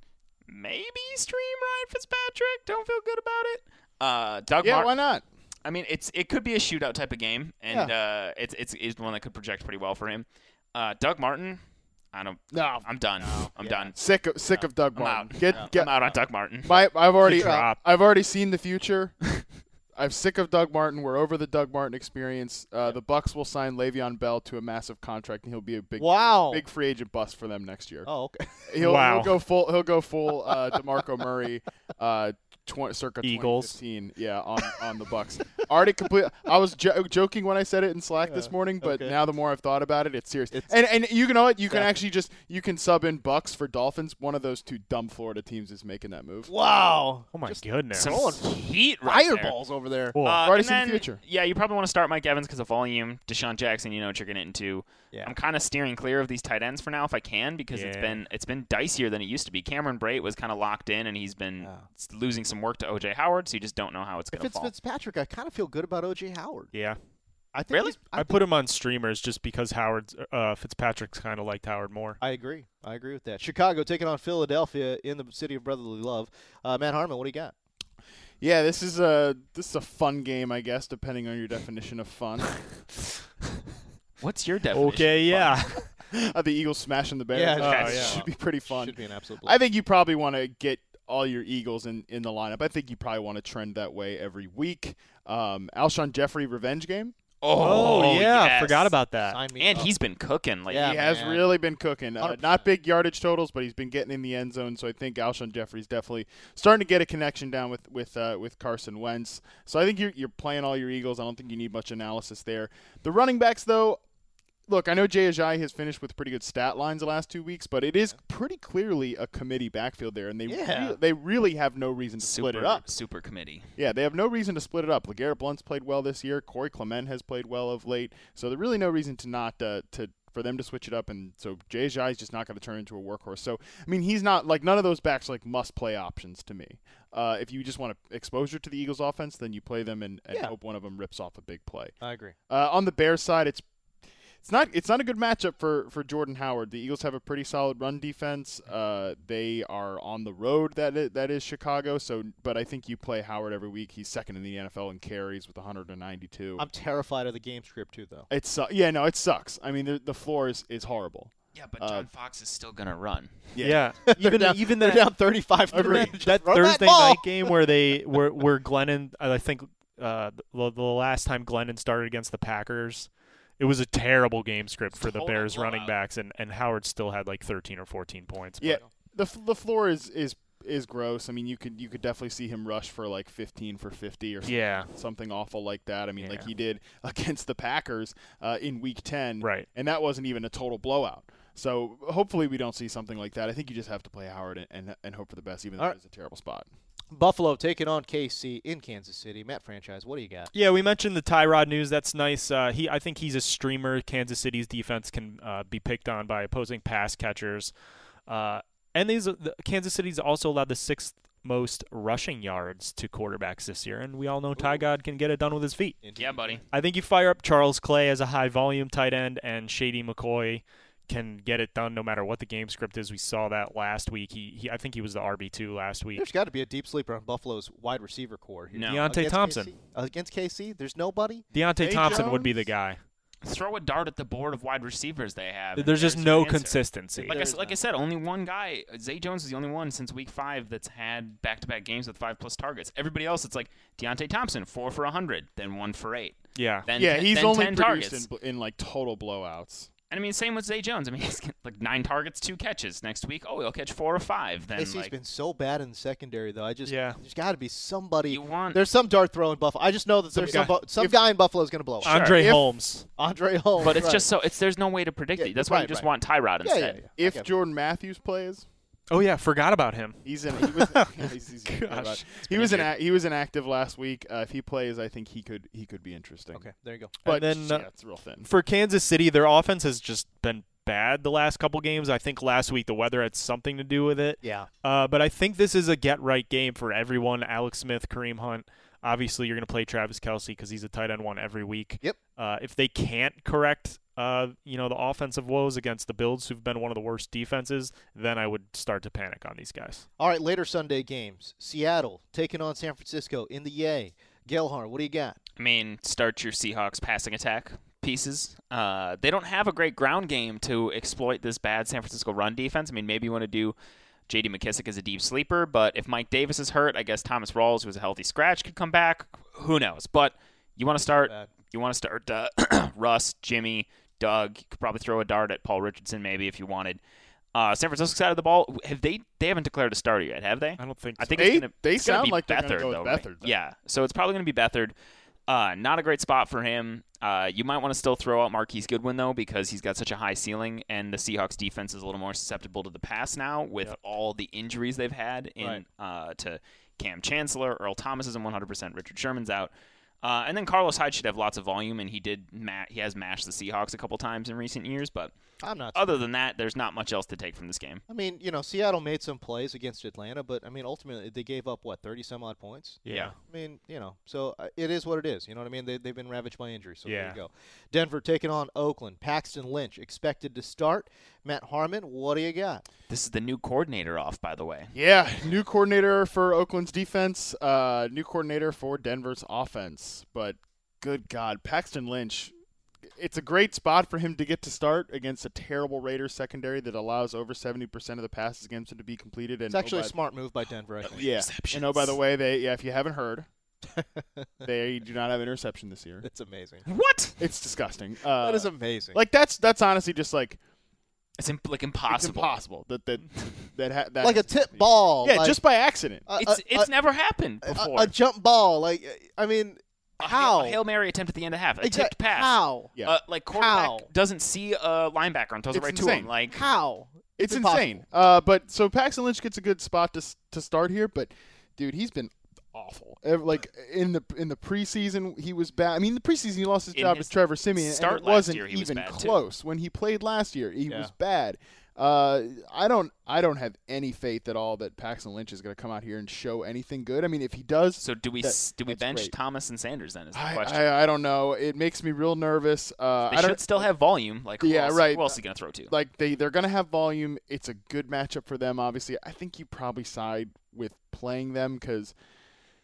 maybe stream Ryan Fitzpatrick. Don't feel good about it. Uh, Doug Yeah, Mar- why not? I mean, it's it could be a shootout type of game, and uh, it's it's is one that could project pretty well for him. Uh, Doug Martin, I don't. No. I'm done. I'm done. Sick of sick of Doug I'm Martin. out. Get get I'm out on Doug Martin. My, I've already drop. I've already seen the future. I'm sick of Doug Martin. We're over the Doug Martin experience. Uh, The Bucks will sign Le'Veon Bell to a massive contract, and he'll be a big Wow. big free agent bust for them next year. Oh, okay. He'll, Wow. he'll go full he'll go full uh, Demarco Murray. Uh, Tw- circa Eagles. 2015, yeah, on, on the Bucks. Already complete. I was jo- joking when I said it in Slack this morning, but okay. now the more I've thought about it, it's serious. and and you can know what you can actually just you can sub in Bucks for Dolphins. One of those two dumb Florida teams is making that move. Wow. Oh my goodness. Some Rolling heat right there. Fireballs over there. Cool. Uh, Already and seen the then, future. Yeah, you probably want to start Mike Evans because of volume. Deshaun Jackson, you know what you're getting into. Yeah. I'm kind of steering clear of these tight ends for now if I can because it's Yeah. been it's been dicier than it used to be. Cameron Brait was kind of locked in and he's been s- losing some work to OJ Howard, so you just don't know how it's If going to it's fall. Fitzpatrick, I kind of feel good about OJ Howard. yeah. I think Really? he's- I, I put him on streamers just because Howard uh, Fitzpatrick's kind of liked Howard more. I agree. I agree with that. Chicago taking on Philadelphia in the city of brotherly love. Uh, Matt Harmon, what do you got? Yeah, this is a this is a fun game, I guess, depending on your definition of fun. What's your definition? Okay, yeah. uh, the Eagles smashing the Bears Uh, Yeah, okay. Oh, yeah. should be pretty fun. Should be an absolute. I think you probably want to get all your Eagles in, in the lineup. I think you probably want to trend that way every week. Um, Alshon Jeffrey revenge game. Oh, yeah, yes. forgot about that. Sign me And up. he's been cooking lately. Yeah, he has man. really been cooking. Uh, 100%. not big yardage totals, but he's been getting in the end zone. So I think Alshon Jeffrey's definitely starting to get a connection down with with uh, with Carson Wentz. So I think you're you're playing all your Eagles. I don't think you need much analysis there. The running backs, though, look, I know Jay Ajayi has finished with pretty good stat lines the last two weeks, but it is pretty clearly a committee backfield there, and they Yeah. re- they really have no reason to super split it up. super committee. Yeah, they have no reason to split it up. Legarrette Blunt's played well this year. Corey Clement has played well of late. So there's really no reason to not uh, to for them to switch it up. And so Jay Ajayi is just not going to turn into a workhorse. So I mean, he's not like none of those backs are, like must play options to me. Uh, if you just want exposure to the Eagles' offense, then you play them and, and Yeah. hope one of them rips off a big play. I agree. Uh, on the Bears side, it's it's not it's not a good matchup for for Jordan Howard. The Eagles have a pretty solid run defense. Uh, they are on the road. That is, that is Chicago. So, but I think you play Howard every week. He's second in the NFL in carries with 192. I'm terrified of the game script too, though. it's su- yeah, no, it sucks. I mean, the, the floor is, is horrible. Yeah, but Uh, John Fox is still going to run. yeah. even down- even they're down 35 to Agreed. nothing. Just that run Thursday ball. night game where they where where Glennon I think uh the, the last time Glennon started against the Packers it was a terrible game script for the Total Bears running blowout. backs and and Howard still had like 13 or 14 points but Yeah, the f- the floor is is is gross. I mean, you could you could definitely see him rush for like 15 for 50 or something. yeah something awful like that. I mean, like Yeah. he did against the Packers uh, in Week 10, Right. And that wasn't even a total blowout. So hopefully we don't see something like that. I think you just have to play Howard and and, and hope for the best, even though All right. it's a terrible spot. Buffalo taking on KC in Kansas City. Matt franchise, what do you got? yeah we mentioned the Tyrod news that's nice uh, he I think he's a streamer Kansas City's defense can uh, be picked on by opposing pass catchers uh, and these the, Kansas City's also allowed the sixth most rushing yards to quarterbacks this year and we all know Ty God can get it done with his feet Yeah, buddy. I think you fire up Charles Clay as a high volume tight end, and Shady McCoy can get it done no matter what the game script is. We saw that last week. He, he I think he was the RB two last week. There's got to be a deep sleeper on Buffalo's wide receiver core here. No. Deontay Against Thompson. KC? Against KC, there's nobody. Deontay Zay Thompson would be the Jones? guy. throw a dart at the board of wide receivers they have. and There's just your no answer. consistency. Like I, s- like I said, only one guy, Zay Jones, is the only one since week five that's had back to back games with five plus targets. Everybody else, it's like Deontay Thompson, four for 100, then one for eight. Yeah. Then yeah, ten- he's then only 10 produced targets. in, bl- in like total blowouts. And I mean, same with Zay Jones. I mean, he's got like nine targets, two catches. Next week, oh, he'll catch four or five. Then, AC's like, been so bad in the secondary, though. I just Yeah. there's got to be somebody. You want- there's some dart throw in Buffalo. I just know that there's some guy- bu- some if- guy in Buffalo is going to blow. up. Andre If- Holmes. Andre Holmes. but it's right. just so it's there's no way to predict Yeah, it. That's why right, you just right. want Tyrod yeah, yeah, instead. yeah. If Okay. Jordan Matthews plays, Oh yeah, forgot about him. he's in. He was, yeah, he's, he's Gosh. he was an act- he was inactive last week. Uh, if he plays, I think he could he could be interesting. Okay. there you go. but then, uh, yeah, it's real thin. For Kansas City, their offense has just been bad the last couple games. I think last week the weather had something to do with it. Yeah, Uh, but I think this is a get right game for everyone. Alex Smith, Kareem Hunt. Obviously, you're going to play Travis Kelsey because he's a tight end one every week. Yep. Uh, if they can't correct, uh, you know, the offensive woes against the Bills, who've been one of the worst defenses, then I would start to panic on these guys. All right, later Sunday games. Seattle taking on San Francisco in the Yay. Gelhart, what do you got? I mean, start your Seahawks passing attack pieces. Uh, they don't have a great ground game to exploit this bad San Francisco run defense. I mean, maybe you want to do J.D. McKissick as a deep sleeper, but if Mike Davis is hurt, I guess Thomas Rawls, who's a healthy scratch, could come back. Who knows? But you want to start. You want to start uh, Russ, Jimmy, Doug. You could probably throw a dart at Paul Richardson maybe if you wanted. Uh, San Francisco side of the ball, have they? They haven't declared a starter yet, have they? I don't think I so. think They- it's gonna, they it's gonna sound be like they're Bethard, gonna go with though, right? Bethard, though. Yeah, so it's probably going to be Bethard. Uh, not a great spot for him. Uh, you might want to still throw out Marquise Goodwin though, because he's got such a high ceiling, and the Seahawks defense is a little more susceptible to the pass now with all the injuries they've had in uh, to Cam Chancellor, Earl Thomas isn't 100%, Richard Sherman's out. Uh, and then Carlos Hyde should have lots of volume, and he did. Ma- he has mashed the Seahawks a couple times in recent years, but I'm not. other than that, there's not much else to take from this game. I mean, you know, Seattle made some plays against Atlanta, but I mean, ultimately they gave up what 30 some odd points. Yeah. I mean, you know, so uh, it is what it is. You know what I mean? They, they've been ravaged by injury, so there Yeah. you go. Denver taking on Oakland. Paxton Lynch expected to start. Matt Harmon, what do you got? This is the new coordinator off, by the way. Yeah, new coordinator for Oakland's defense, uh, new coordinator for Denver's offense. But good God, Paxton Lynch, it's a great spot for him to get to start against a terrible Raiders secondary that allows over 70% of the passes against him to be completed. And It's actually oh, a by- smart move by Denver. I think. Yeah. And oh, by the way, they yeah, if you haven't heard, they do not have interception this year. It's amazing. What? It's disgusting. Uh, that is amazing. like that's that's honestly just like It's imp- like it's impossible. impossible that that that, ha- that like a tip ball. Yeah, like just by accident. a- It's a- it's a- never happened a- before. a jump ball. Like uh, I mean, A hail- how? A hail mary attempt at the end of half. A Exact- tipped pass. How? Yeah. Uh, like quarterback How? doesn't see a linebacker and throws it It's right to insane. him. Like How? It's, impossible. insane. Uh, but so Paxton Lynch gets a good spot to s- to start here, but dude, he's been awful. Ev- Like in the in the preseason, he was bad. I mean, the preseason he lost his In job his to Trevor Simeon. start and it last wasn't year, he was even bad, too. close. When he played last year, he Yeah. was bad. Uh, I don't I don't have any faith at all that Paxton Lynch is going to come out here and show anything good. I mean, if he does, so do we That- s do we that's bench great. Thomas and Sanders then? Is the I, question. I I don't know. It makes me real nervous. Uh, they I should don't still have volume. Like who Yeah, else, right. Who else is he gonna throw to? like they they're gonna have volume. It's a good matchup for them. Obviously, I think you probably side with playing them because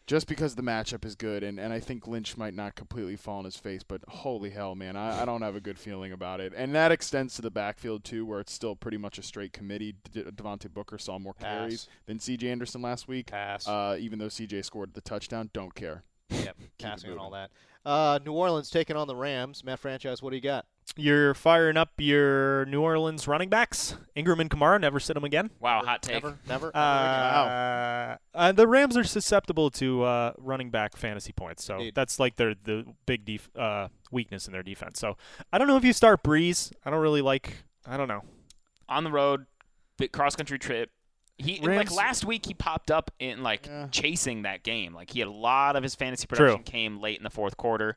just because the matchup is good, and, and I think Lynch might not completely fall on his face, but holy hell, man, I, I don't have a good feeling about it. And that extends to the backfield too, where it's still pretty much a straight committee. De- Devontae Booker saw more carries than C.J. Anderson last week. Pass. Uh, even though C.J. scored the touchdown, don't care. yep. Passing and all that. Uh, New Orleans taking on the Rams. Matt Franchise, what do you got? You're firing up your New Orleans running backs. Ingram and Kamara, never sit them again. Wow, hot take. Never, never. Uh, uh, the Rams are susceptible to uh, running back fantasy points, so Indeed. that's like their the big def- uh, weakness in their defense. So I don't know if you start Breeze. I don't really like. I don't know. On the road, big cross country trip. He and, like Rams- last week he popped up in like chasing that game. Like he had a lot of his fantasy production came late in the fourth quarter.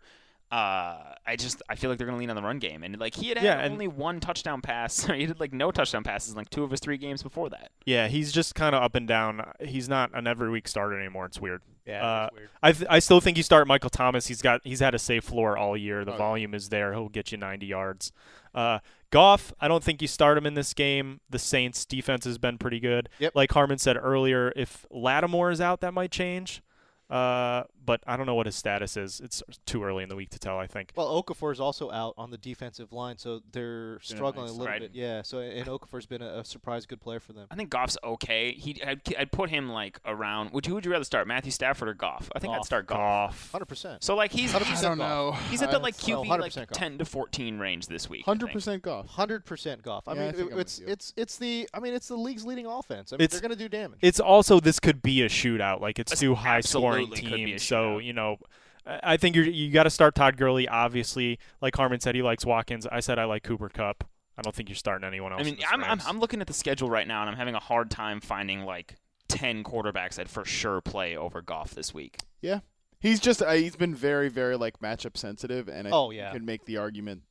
Uh, I just I feel like they're gonna lean on the run game, and like he had, had Yeah, and- only one touchdown pass. he did like no touchdown passes in like two of his three games before that. Yeah, he's just kind of up and down. He's not an every week starter anymore. It's weird. Yeah, uh, that's weird. I th- I still think you start Michael Thomas. He's got he's had a safe floor all year. The yeah. volume is there. He'll get you 90 yards. Uh, Goff, I don't think you start him in this game. The Saints defense has been pretty good. Yep. Like Harmon said earlier, if Lattimore is out, that might change. Uh, but I don't know what his status is. It's too early in the week to tell. I think. Well, Okafor is also out on the defensive line, so they're struggling a nice little ride. bit. Yeah, so and Okafor's been a, a surprise good player for them. I think Goff's okay. He, I'd, I'd put him like around. Would you, would you rather start Matthew Stafford or Goff? I think I'd Goff. start Goff. Hundred percent. So like he's, I he's don't off. know. he's at the I- like no, QB like 100% Goff. ten to fourteen range this week. I think. 100% golf. Hundred percent Goff. I Yeah, I mean, think I'm with it's you. it's it's the I mean it's the league's leading offense. I mean, It's- they're going to do damage. It's also this could be a shootout. Like it's This two high scoring absolutely could be a teams. So shootout. you know, I I think you you got to start Todd Gurley. Obviously, like Harmon said, he likes Watkins. I said I like Cooper Cup. I don't think you're starting anyone else. I in mean, this I'm, I'm Rams. I'm looking at the schedule right now, and I'm having a hard time finding like ten quarterbacks that for sure play over Goff this week. Yeah. He's just uh, he's been very very like matchup sensitive and I Oh, think yeah. you can make the argument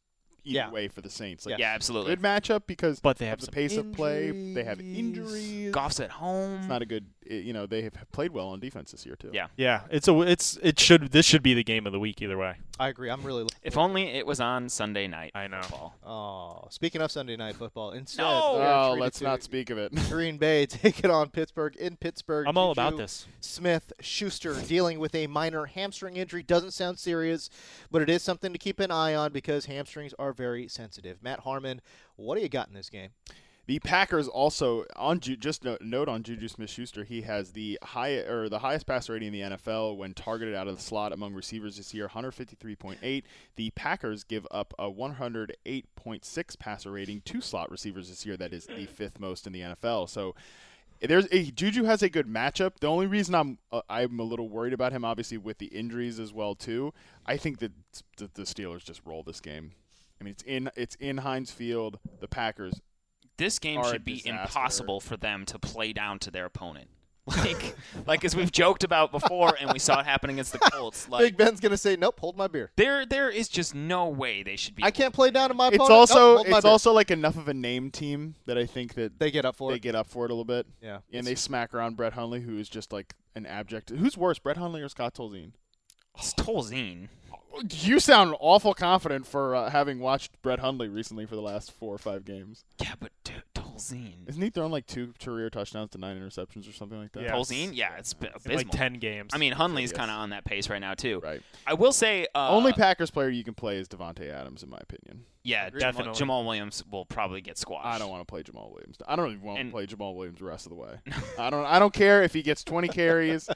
either Yeah. way for the Saints. Like Yeah, absolutely. good matchup because But they have of the some pace of play, they have injuries. injuries. Goff's at It's home. not a good uh, you know, they have played well on defense this year too. Yeah. Yeah, it's a it's it should this should be the game of the week either way. I agree. I'm really. looking if forward- only it was on Sunday night. I know. football. Oh, speaking of Sunday night football, instead No! we were Oh, treated let's to not speak of it. Green Bay taking on Pittsburgh in Pittsburgh. I'm all about Juju this. Smith Schuster dealing with a minor hamstring injury. Doesn't sound serious, but it is something to keep an eye on because hamstrings are very sensitive. Matt Harmon, what do you got in this game? The Packers also on Ju- just no, note on Juju Smith-Schuster, he has the high or the highest pass rating in the NFL when targeted out of the slot among receivers this year, 153.8. The Packers give up a 108.6 passer rating to slot receivers this year. That is the fifth most in the NFL. So there's eh, Juju has a good matchup. The only reason I'm uh, I'm a little worried about him, obviously with the injuries as well too. I think that s- that the Steelers just roll this game. I mean, it's in it's in Heinz Field. The Packers This game Are a should be disaster. impossible for them to play down to their opponent. Like, like as we've joked about before, and we saw it happen against the Colts. Like, Big Ben's gonna say, "Nope, hold my beer. there, there is just no way they should be. I can't play down to my it's opponent. Nope, also hold my it's beer." also like enough of a name team that I think that they get up for they it. get up for it a little bit. yeah, And they smack around Brett Hundley, who is just like an abject. Who's worse, Brett Hundley or Scott Tolzien? It's Tolzien. You sound awful confident for uh, having watched Brett Hundley recently for the last four or five games. Yeah, but dude, Tolzien. Mm. Isn't he throwing like two career touchdowns to nine interceptions or something like that? Yeah. Tolzien? Yeah, it's b- In abysmal. like ten games. I mean, Hunley's Yes. kind of on that pace right now too. Right. I will say, uh, Only Packers player you can play is Devonte Adams, in my opinion. yeah, Agreed. Jamal, Definitely. Jamal Williams will probably get squashed. I don't want to play Jamal Williams. I don't even want And- to play Jamal Williams the rest of the way. I don't. I don't care if he gets 20 carries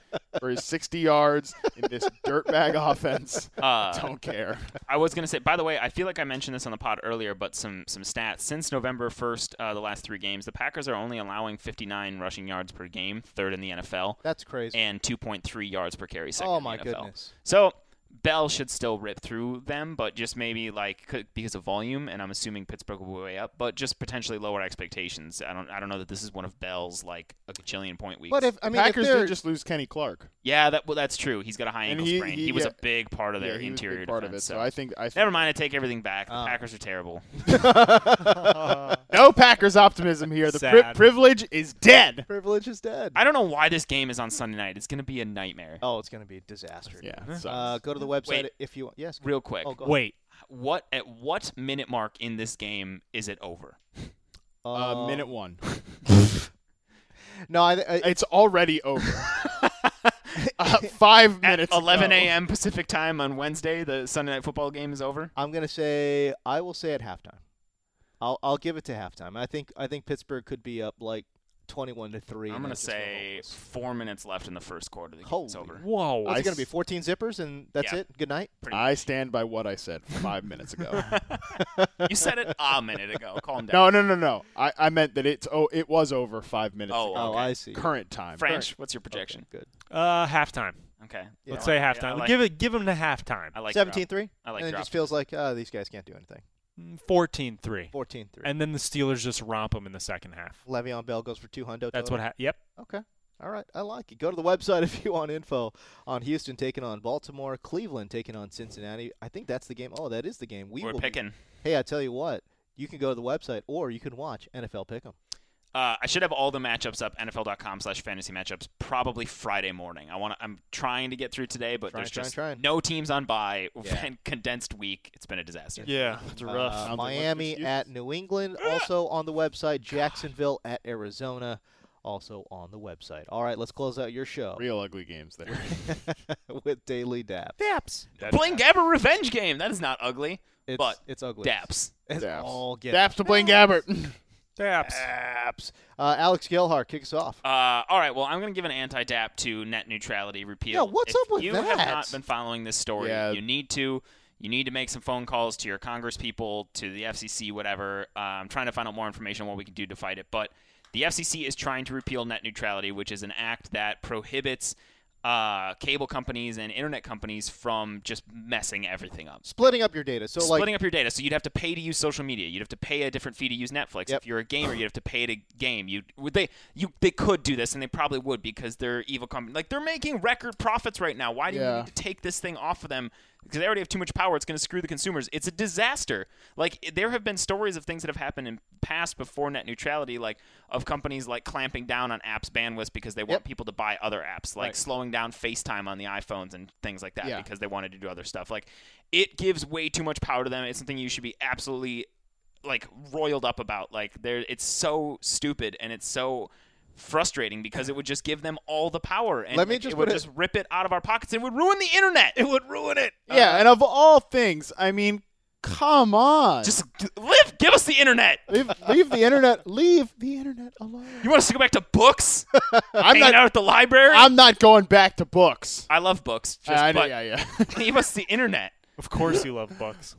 or his 60 yards in this dirtbag offense. Uh, don't care. I was gonna say. By the way, I feel like I mentioned this on the pod earlier, but some some stats since November first, uh, the last three games, the Packers are only allowing 59 rushing yards per game, third in the NFL, that's crazy. and 2.3 yards per carry. Second Oh in the my NFL. goodness. So Bell should still rip through them, but just maybe like c- because of volume, and I'm assuming Pittsburgh will be way up, but just potentially lower expectations. I don't I don't know that this is one of Bell's like a gajillion point weeks. But if I mean, Packers if did they're just lose Kenny Clark. yeah, that well, that's true. He's got a high And ankle he- sprain. he- He, was yeah. a big part of their Yeah, he was a big interior part of it. defense. So, I think Um, I think Never mind, I take everything back. The Oh. Packers are terrible. no Packers optimism here. The pri- Sad. privilege is dead. privilege is dead. I don't know why this game is on Sunday night. It's going to be a nightmare. oh, it's gonna be a disaster. Yeah. Uh-huh. it sucks. Uh, go to the website Wait. if you want. Yes. Real quick, Oh, go ahead. wait. what at what minute mark in this game is it over? uh, Uh, minute one. No, I, I, It's already over. uh, five minutes. Oh. at 11 ago. a.m. Pacific time on Wednesday, the Sunday night football game is over. I'm gonna say I will say at halftime. I'll I'll give it to halftime. I think I think Pittsburgh could be up like 21 to three. I'm and gonna then just roll say over. four minutes left in the first quarter. The game's Holy over. Whoa. What's I it Oh, gonna be? s- 14 zippers and that's Yeah. it. Good night. Pretty I stand by what I said five minutes ago. you said it a minute ago. Calm down. No, no, no, no. I, I meant that it's oh it was over five minutes Oh, ago. Oh, okay. I see. Current time. French, what's your projection? Okay, good. Uh, halftime. Okay. Yeah. Let's I say like- halftime. I like- give it. Give him the halftime. I like 17 3. I like and it drop. just feels like uh, these guys can't do anything. 14-3. 14 3. And then the Steelers just romp him in the second half. Le'Veon Bell goes for 200. That's what. Ha- yep. Okay. All right. I like it. Go to the website if you want info on Houston taking on Baltimore, Cleveland taking on Cincinnati. I think that's the game. Oh, that is the game. We We're will be- picking. hey, I tell you what. You can go to the website or you can watch NFL Pick'em. Uh, I should have all the matchups up NFL.com slash fantasy matchups probably Friday morning. I want to. I'm trying to get through today, but Trying, there's trying, just trying. no teams on by. We've Yeah. been condensed week. It's been a disaster. Yeah. It's Uh, Sounds like Miami excuses. Ah! at New England. also on the website, Jacksonville at Arizona. also on the website. All right, let's close out your show Real ugly games there. with Daily Daps. Daps. Bling Gabber Revenge Game. That is not ugly. It's, But it's ugly. Daps. It's Daps. all get Daps to Blaine Gabbert. Daps. Daps. Uh, Alex Gilhar kicks off. Uh, all right. Well, I'm going to give an anti-DAP to net neutrality repeal. Yeah, what's If up with you have that? not been following this story. Yeah. You need to. You need to make some phone calls to your Congress people, to the FCC, whatever. Uh, I'm trying to find out more information on what we can do to fight it. But the FCC is trying to repeal net neutrality, which is an act that prohibits uh, cable companies and internet companies from just messing everything up. Splitting up your data. So splitting like up your data. So you'd have to pay to use social media. You'd have to pay a different fee to use Netflix. Yep. If you're a gamer, you'd have to pay to game. You would they you they could do this and they probably would because they're evil company. Like they're making record profits right now. Why do you Yeah. need to take this thing off of them? Because they already have too much power. It's going to screw the consumers. It's a disaster. Like i- there have been stories of things that have happened in past before net neutrality, like of companies like clamping down on apps bandwidth because they want Yep. people to buy other apps, like slowing down FaceTime on the iPhones and things like that Yeah. because they wanted to do other stuff. Like it gives way too much power to them. It's something you should be absolutely like roiled up about. Like there it's so stupid and it's so frustrating because it would just give them all the power and Let me like, just it would put it- just rip it out of our pockets. It would ruin the internet. Uh, It would ruin it. yeah, and of all things, I mean, come on. Just g- live give us the internet. leave, leave the internet. Leave the internet alone. You want us to go back to books? I'm Hanging not. out at the library? I'm not going back to books. I love books. Just, I know, but yeah, yeah. leave us the internet. Of course you love Bucks.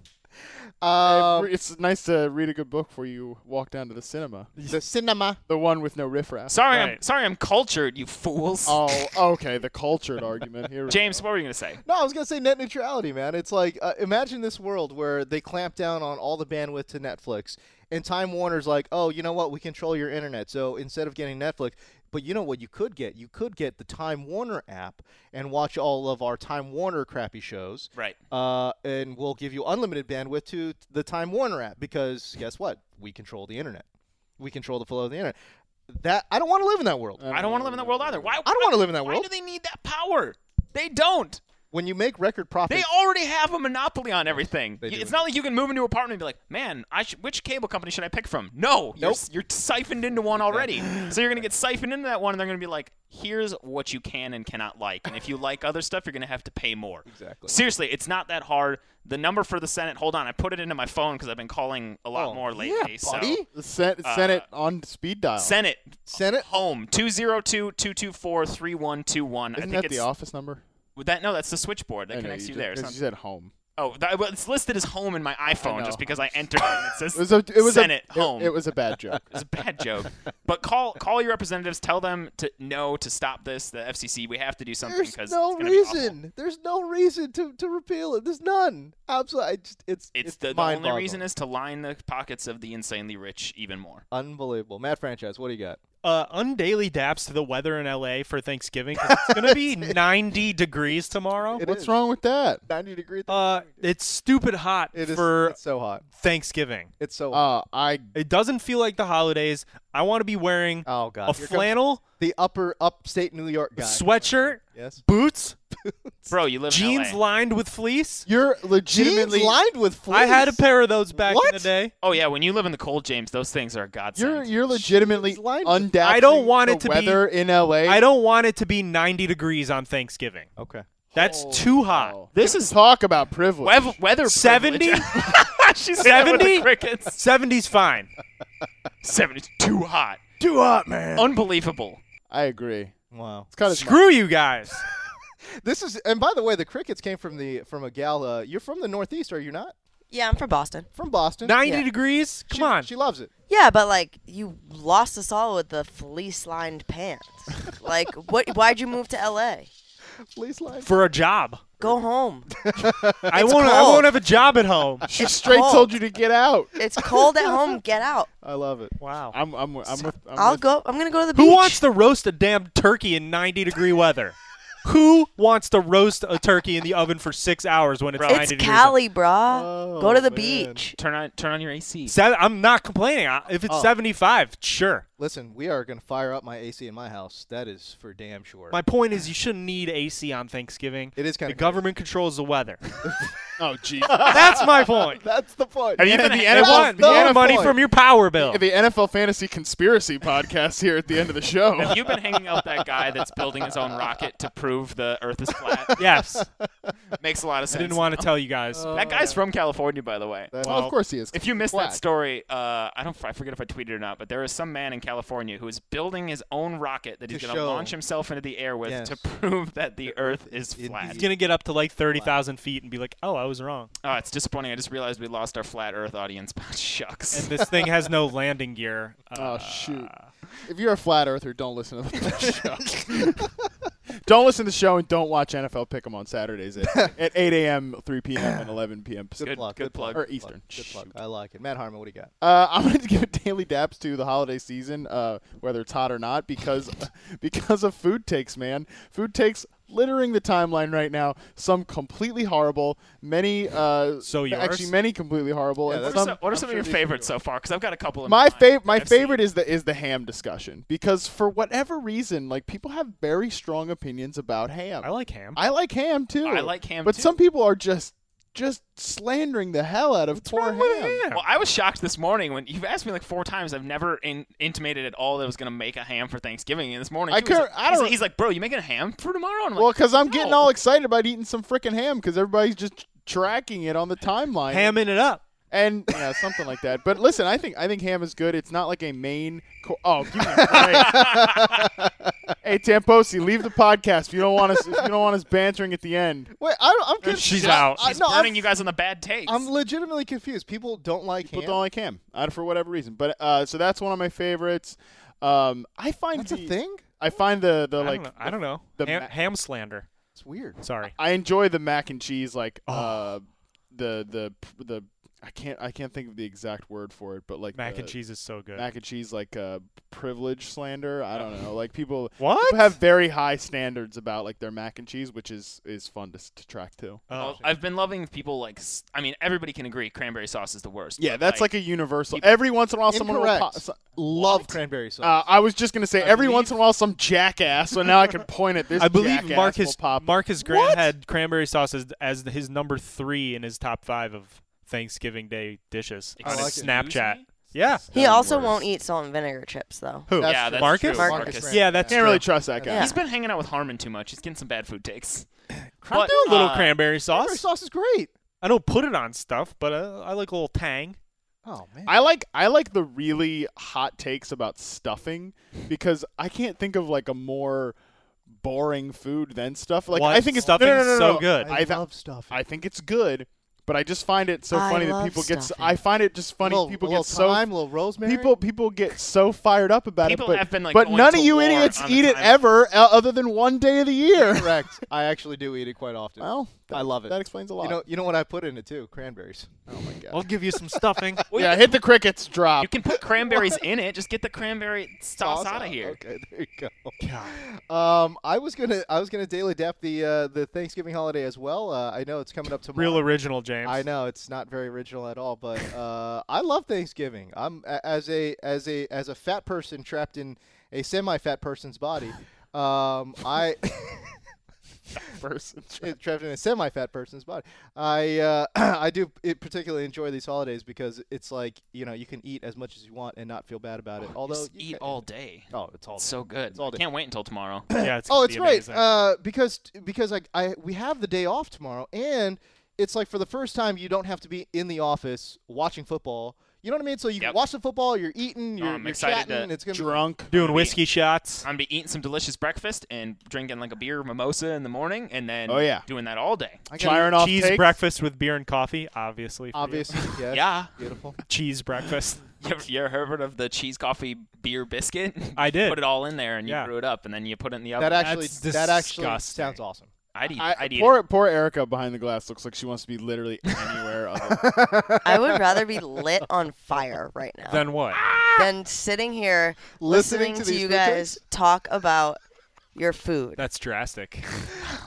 um, it's nice to read a good book before you walk down to the cinema. the cinema. The one with no riffraff. Sorry, I'm Right. sorry I'm cultured, you fools. oh, okay. The cultured argument here. we James, go. what were you gonna say? No, I was gonna say net neutrality, man. It's like uh, imagine this world where they clamp down on all the bandwidth to Netflix, and Time Warner's like, oh, you know what? We control your internet, so instead of getting Netflix, but you know what? You could get you could get the Time Warner app and watch all of our Time Warner crappy shows, Right. uh, and we'll give you unlimited bandwidth to t- the Time Warner app because guess what? We control the internet. We control the flow of the internet. That I don't want to live in that world. I don't want to live in that world either. Why? I don't wanna live in that world. Why do they need that power? They don't. When you make record They profits, already have a monopoly on everything. They do. It's not like you can move into an apartment and be like, "Man, I sh- which cable company should I pick from?" No, you're, s- you're siphoned into one already. so you're gonna get siphoned into that one, and they're gonna be like, "Here's what you can and cannot like, and if you like other stuff, you're gonna have to pay more." Exactly. Seriously, it's not that hard. The number for the Senate. Hold on, I put it into my phone because I've been calling a lot Oh, more lately. yeah, buddy. So The Sen- Uh, Senate on speed dial. Senate, Senate. home 202-224-3121. I Isn't think that it's the office number? With that no, that's the switchboard that I know, connects you, ju- there. It's You not- said home. oh, that, well, it's listed as home in my iPhone know. just because I entered it. And it says It was a. It was Senate a, it- home. It, was a bad joke. It's a bad joke. But call call your representatives. Tell them to no to stop this. The FCC. We have to do something There's because no it's gonna Be awful. reason. There's no reason to, to repeal it. There's none. Absolutely. I just, it's, It's, the, the only reason is to line the pockets of the insanely rich even more. unbelievable. Matt Franchise, what do you got? Uh, undaily daps to the weather in LA for Thanksgiving. 'cause It's gonna be 90 degrees tomorrow. It What's is. wrong with that? 90 degree. Uh, it's stupid hot it is for it's so hot. Thanksgiving. It's so hot. Uh, I It doesn't feel like the holidays. I want to be wearing Oh, a God. Here comes flannel the upper upstate New York guy. sweatshirt, Yes. boots, Bro, you live jeans in LA. lined with fleece. you're Jeans legitimately lined with fleece. I had a pair of those back What? in the day. oh yeah, when you live in the cold, James, those things are a godsend. you're you're legitimately Jeans lined with- undapting I don't want the it to be- weather in LA. I don't want it to be 90 degrees on Thanksgiving. Okay. That's too hot. Oh. this is Talk about privilege. wev- weather 70? She's seventy 70? crickets. 70's fine. Seventy's too hot. Too hot, man. Unbelievable. Oh, I agree. Wow. It's kind of Screw you guys. This is, and by the way, the crickets came from the from a gal. Uh, you're from the Northeast, are you not? Yeah, I'm from Boston. From Boston. 90 Yeah. degrees? Come She- on. She loves it. Yeah, but like you lost us all with the fleece-lined pants. like, what? Why'd you move to L.A.? Fleece lined. for a job. Go home. I won't I cold. won't have a job at home. She straight cold. told you to get out. It's cold at home. Get out. I love it. Wow. I'm I'm I'm with. I'm I'll with- go. I'm gonna go to the beach. Who wants to roast a damn turkey in 90 degree weather? Who wants to roast a turkey in the oven for six hours when it's Bro. 90 It's degrees? Cali, brah. go to the Oh, man. beach. Turn on turn on your AC. Seven, I'm not complaining. I- If it's Oh. 75, sure. Listen, we are going to fire up my AC in my house. That is for damn sure. My point is, you shouldn't need AC on Thanksgiving. it is kind The of government controls the weather. Oh, geez. That's my point. That's the point. And even the They That's NFL, want the, the more NFL, money point. from your power bill. the NFL fantasy conspiracy podcast here at the end of the show. Have you been hanging out with that guy that's building his own rocket to prove the Earth is flat? Yes, Makes a lot of I sense. didn't want to tell you guys. that guy's from California, by the way. That- Well, of course he is. If you missed Quack. that story, uh, I don't. I forget if I tweeted it or not, but there is some man in California who is building his own rocket that he's To going to show. launch himself into the air with Yes. to prove that the Earth is Indeed. flat. He's gonna get up to like thirty thousand feet and be like, "Oh, I was wrong." Oh, it's disappointing. I just realized we lost our flat Earth audience. And Shucks. this thing has no landing gear. Uh, Ah. Oh, shoot. If you're a flat earther, don't listen to the show. don't listen to the show and don't watch NFL Pick'em on Saturdays at, at 8 a.m., 3 p.m., and 11 p.m. Good, Pacific. Good- plug. good plug. Or Good Eastern. Good plug. Shoot. I like it. Matt Harmon, what do you got? Uh, I'm going to give daily daps to the holiday season, uh, whether it's hot or not, because because of food takes, man. Food takes littering the timeline right now. Some completely horrible, many uh, So yours? actually many completely horrible, Yeah, and that's- what are some some, what are I'm some sure of your these are favorites so far? Because I've got a couple. In my mind favorite that my I've seen. favorite is the is the ham discussion because for whatever reason like people have very strong opinions about ham. I like ham. I like ham too. I like ham But too. some people are just just slandering the hell out of poor ham. Well, I was shocked this morning when you've asked me like four times. I've never in, intimated at all that I was going to make a ham for Thanksgiving. And this morning, I he was couldn't- like- I he's don't- like- He's like, bro, you making a ham for tomorrow? And I'm Well, like, because I'm getting no. all excited about eating some freaking ham because everybody's just tracking it on the timeline. Hamming it up. and yeah, something like that. But listen, I think I think ham is good. It's not like a main. Co- oh, give me a break. hey Tamposi, leave the podcast if you don't want us. If you don't want us bantering at the end. Wait, I don't, I'm confused. She's out. I, He's no, burning I'm, you guys on the bad takes. I'm legitimately confused. People don't like People ham. don't like ham I, for whatever reason. But uh, so that's one of my favorites. Um, I find That's a the- thing? I find the the I like don't know. I don't know. the ham, ma- ham slander. It's weird. Sorry. I enjoy the mac and cheese like uh the the the I can't I can't think of the exact word for it, but like Mac the and cheese is so good. mac and cheese like uh privilege slander. I don't know. Like people what? people have very high standards about like their mac and cheese, which is is fun to, s- to track too. Oh, Well, I've been loving people like. s- I mean, everybody can agree cranberry sauce is the worst. Yeah, but, that's like, a universal. Every once in a while, someone will pop. Incorrect. Love cranberry sauce. Uh, I was just gonna say every believe- once in a while some jackass. So now I can point at this. I believe jackass will Marcus pop. Marcus Grant had cranberry sauce as, as his number three in his top five of Thanksgiving Day dishes Excuse on his like it. Snapchat. me? Yeah. He also won't eat salt and vinegar chips though. Who? That's yeah, true. that's Marcus? true. Marcus Grant. Yeah, that's Can't true. really trust that guy. Yeah. He's been hanging out with Harmon too much. He's getting some bad food takes. I But, do a little uh, cranberry cranberry sauce. sauce is great. I don't put it on stuff, but uh, I like a little tang. Oh, man. I like I like the really hot takes about stuffing because I can't think of like a more boring food than stuff. Like What? I think it's Stuffing's no, no, no, no, so no. good. I, th- love stuff. I think it's good, but I just find it so I funny that love people get. s- stuffing. I find it just funny little, people a little get so thyme, a little rosemary. people people get so fired up about People it. But, have been, like, but going none to of you war idiots on the eat it time. ever, uh, other than one day of the year. Correct. I actually do eat it quite often. well, I love it. That explains a lot. you know, you know what I put in it too? Cranberries. oh my god. I'll give you some stuffing. yeah, hit the crickets drop. You can put cranberries in it. Just get the cranberry sauce out of here. Okay, there you go. Um, I was gonna, I was gonna daily dap the uh, the Thanksgiving holiday as well. Uh, I know it's coming up tomorrow. Real original, James. I know it's not very original at all, but uh, I love Thanksgiving. I'm a- as a as a as a fat person trapped in a semi-fat person's body. Um, I person. trapped in a semi-fat person's body. I uh, I do it particularly enjoy these holidays because it's like you know you can eat as much as you want and not feel bad about it. Although Just you Oh, eat ca- all day. Oh, it's all. It's so good. It's all day. Can't wait until tomorrow. Yeah, it's Oh, gonna it's be right. amazing. Uh, because because I, I we have the day off tomorrow, and it's like for the first time you don't have to be in the office watching football. You know what I mean? So you can Yep. watch the football. You're eating. You're, I'm you're excited chatting. to and it's gonna be Drunk. Doing whiskey shots. I'm gonna be eating some delicious breakfast and drinking like a beer mimosa in the morning, and then Oh, yeah. doing that all day. I gotta- Firing off Cheese takes. breakfast with beer and coffee, obviously. for you. Obviously, yes. Yeah, Beautiful. Cheese breakfast. you ever, you ever heard of the cheese coffee beer biscuit? I did. put it all in there and you Yeah. brew it up, and then you put it in the oven. That actually That's that actually disgusting. sounds awesome. I'd eat. I, would eat. poor, it. poor Erica behind the glass looks like she wants to be literally anywhere. other. I would rather be lit on fire right now Then what? than sitting here Listening listening, to to, these you food guys talk about your food. That's drastic.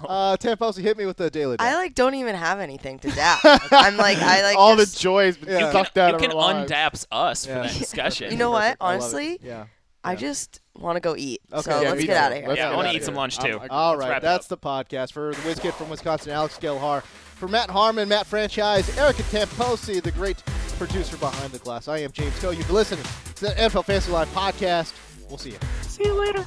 Uh, Tamposi hit me with the daily. I dap. like don't even have anything to dap. I'm like I like All just- the joy has been Yeah. sucked out you of can our lives. undaps us Yeah. for that discussion. You know what? I love it. Honestly, yeah. I just want to go eat. Okay, so yeah, let's me get too. out of here. Let's Yeah, get I want outta to eat some here. lunch I'm- too. I- All Let's right, wrap it up. that's the podcast for the WizKid from Wisconsin, Alex Gelhar. For Matt Harmon, Matt Franchise, Erica Tamposi, the great producer behind the glass. I am James Coe. You've been listening to the NFL Fantasy Live podcast. We'll see you.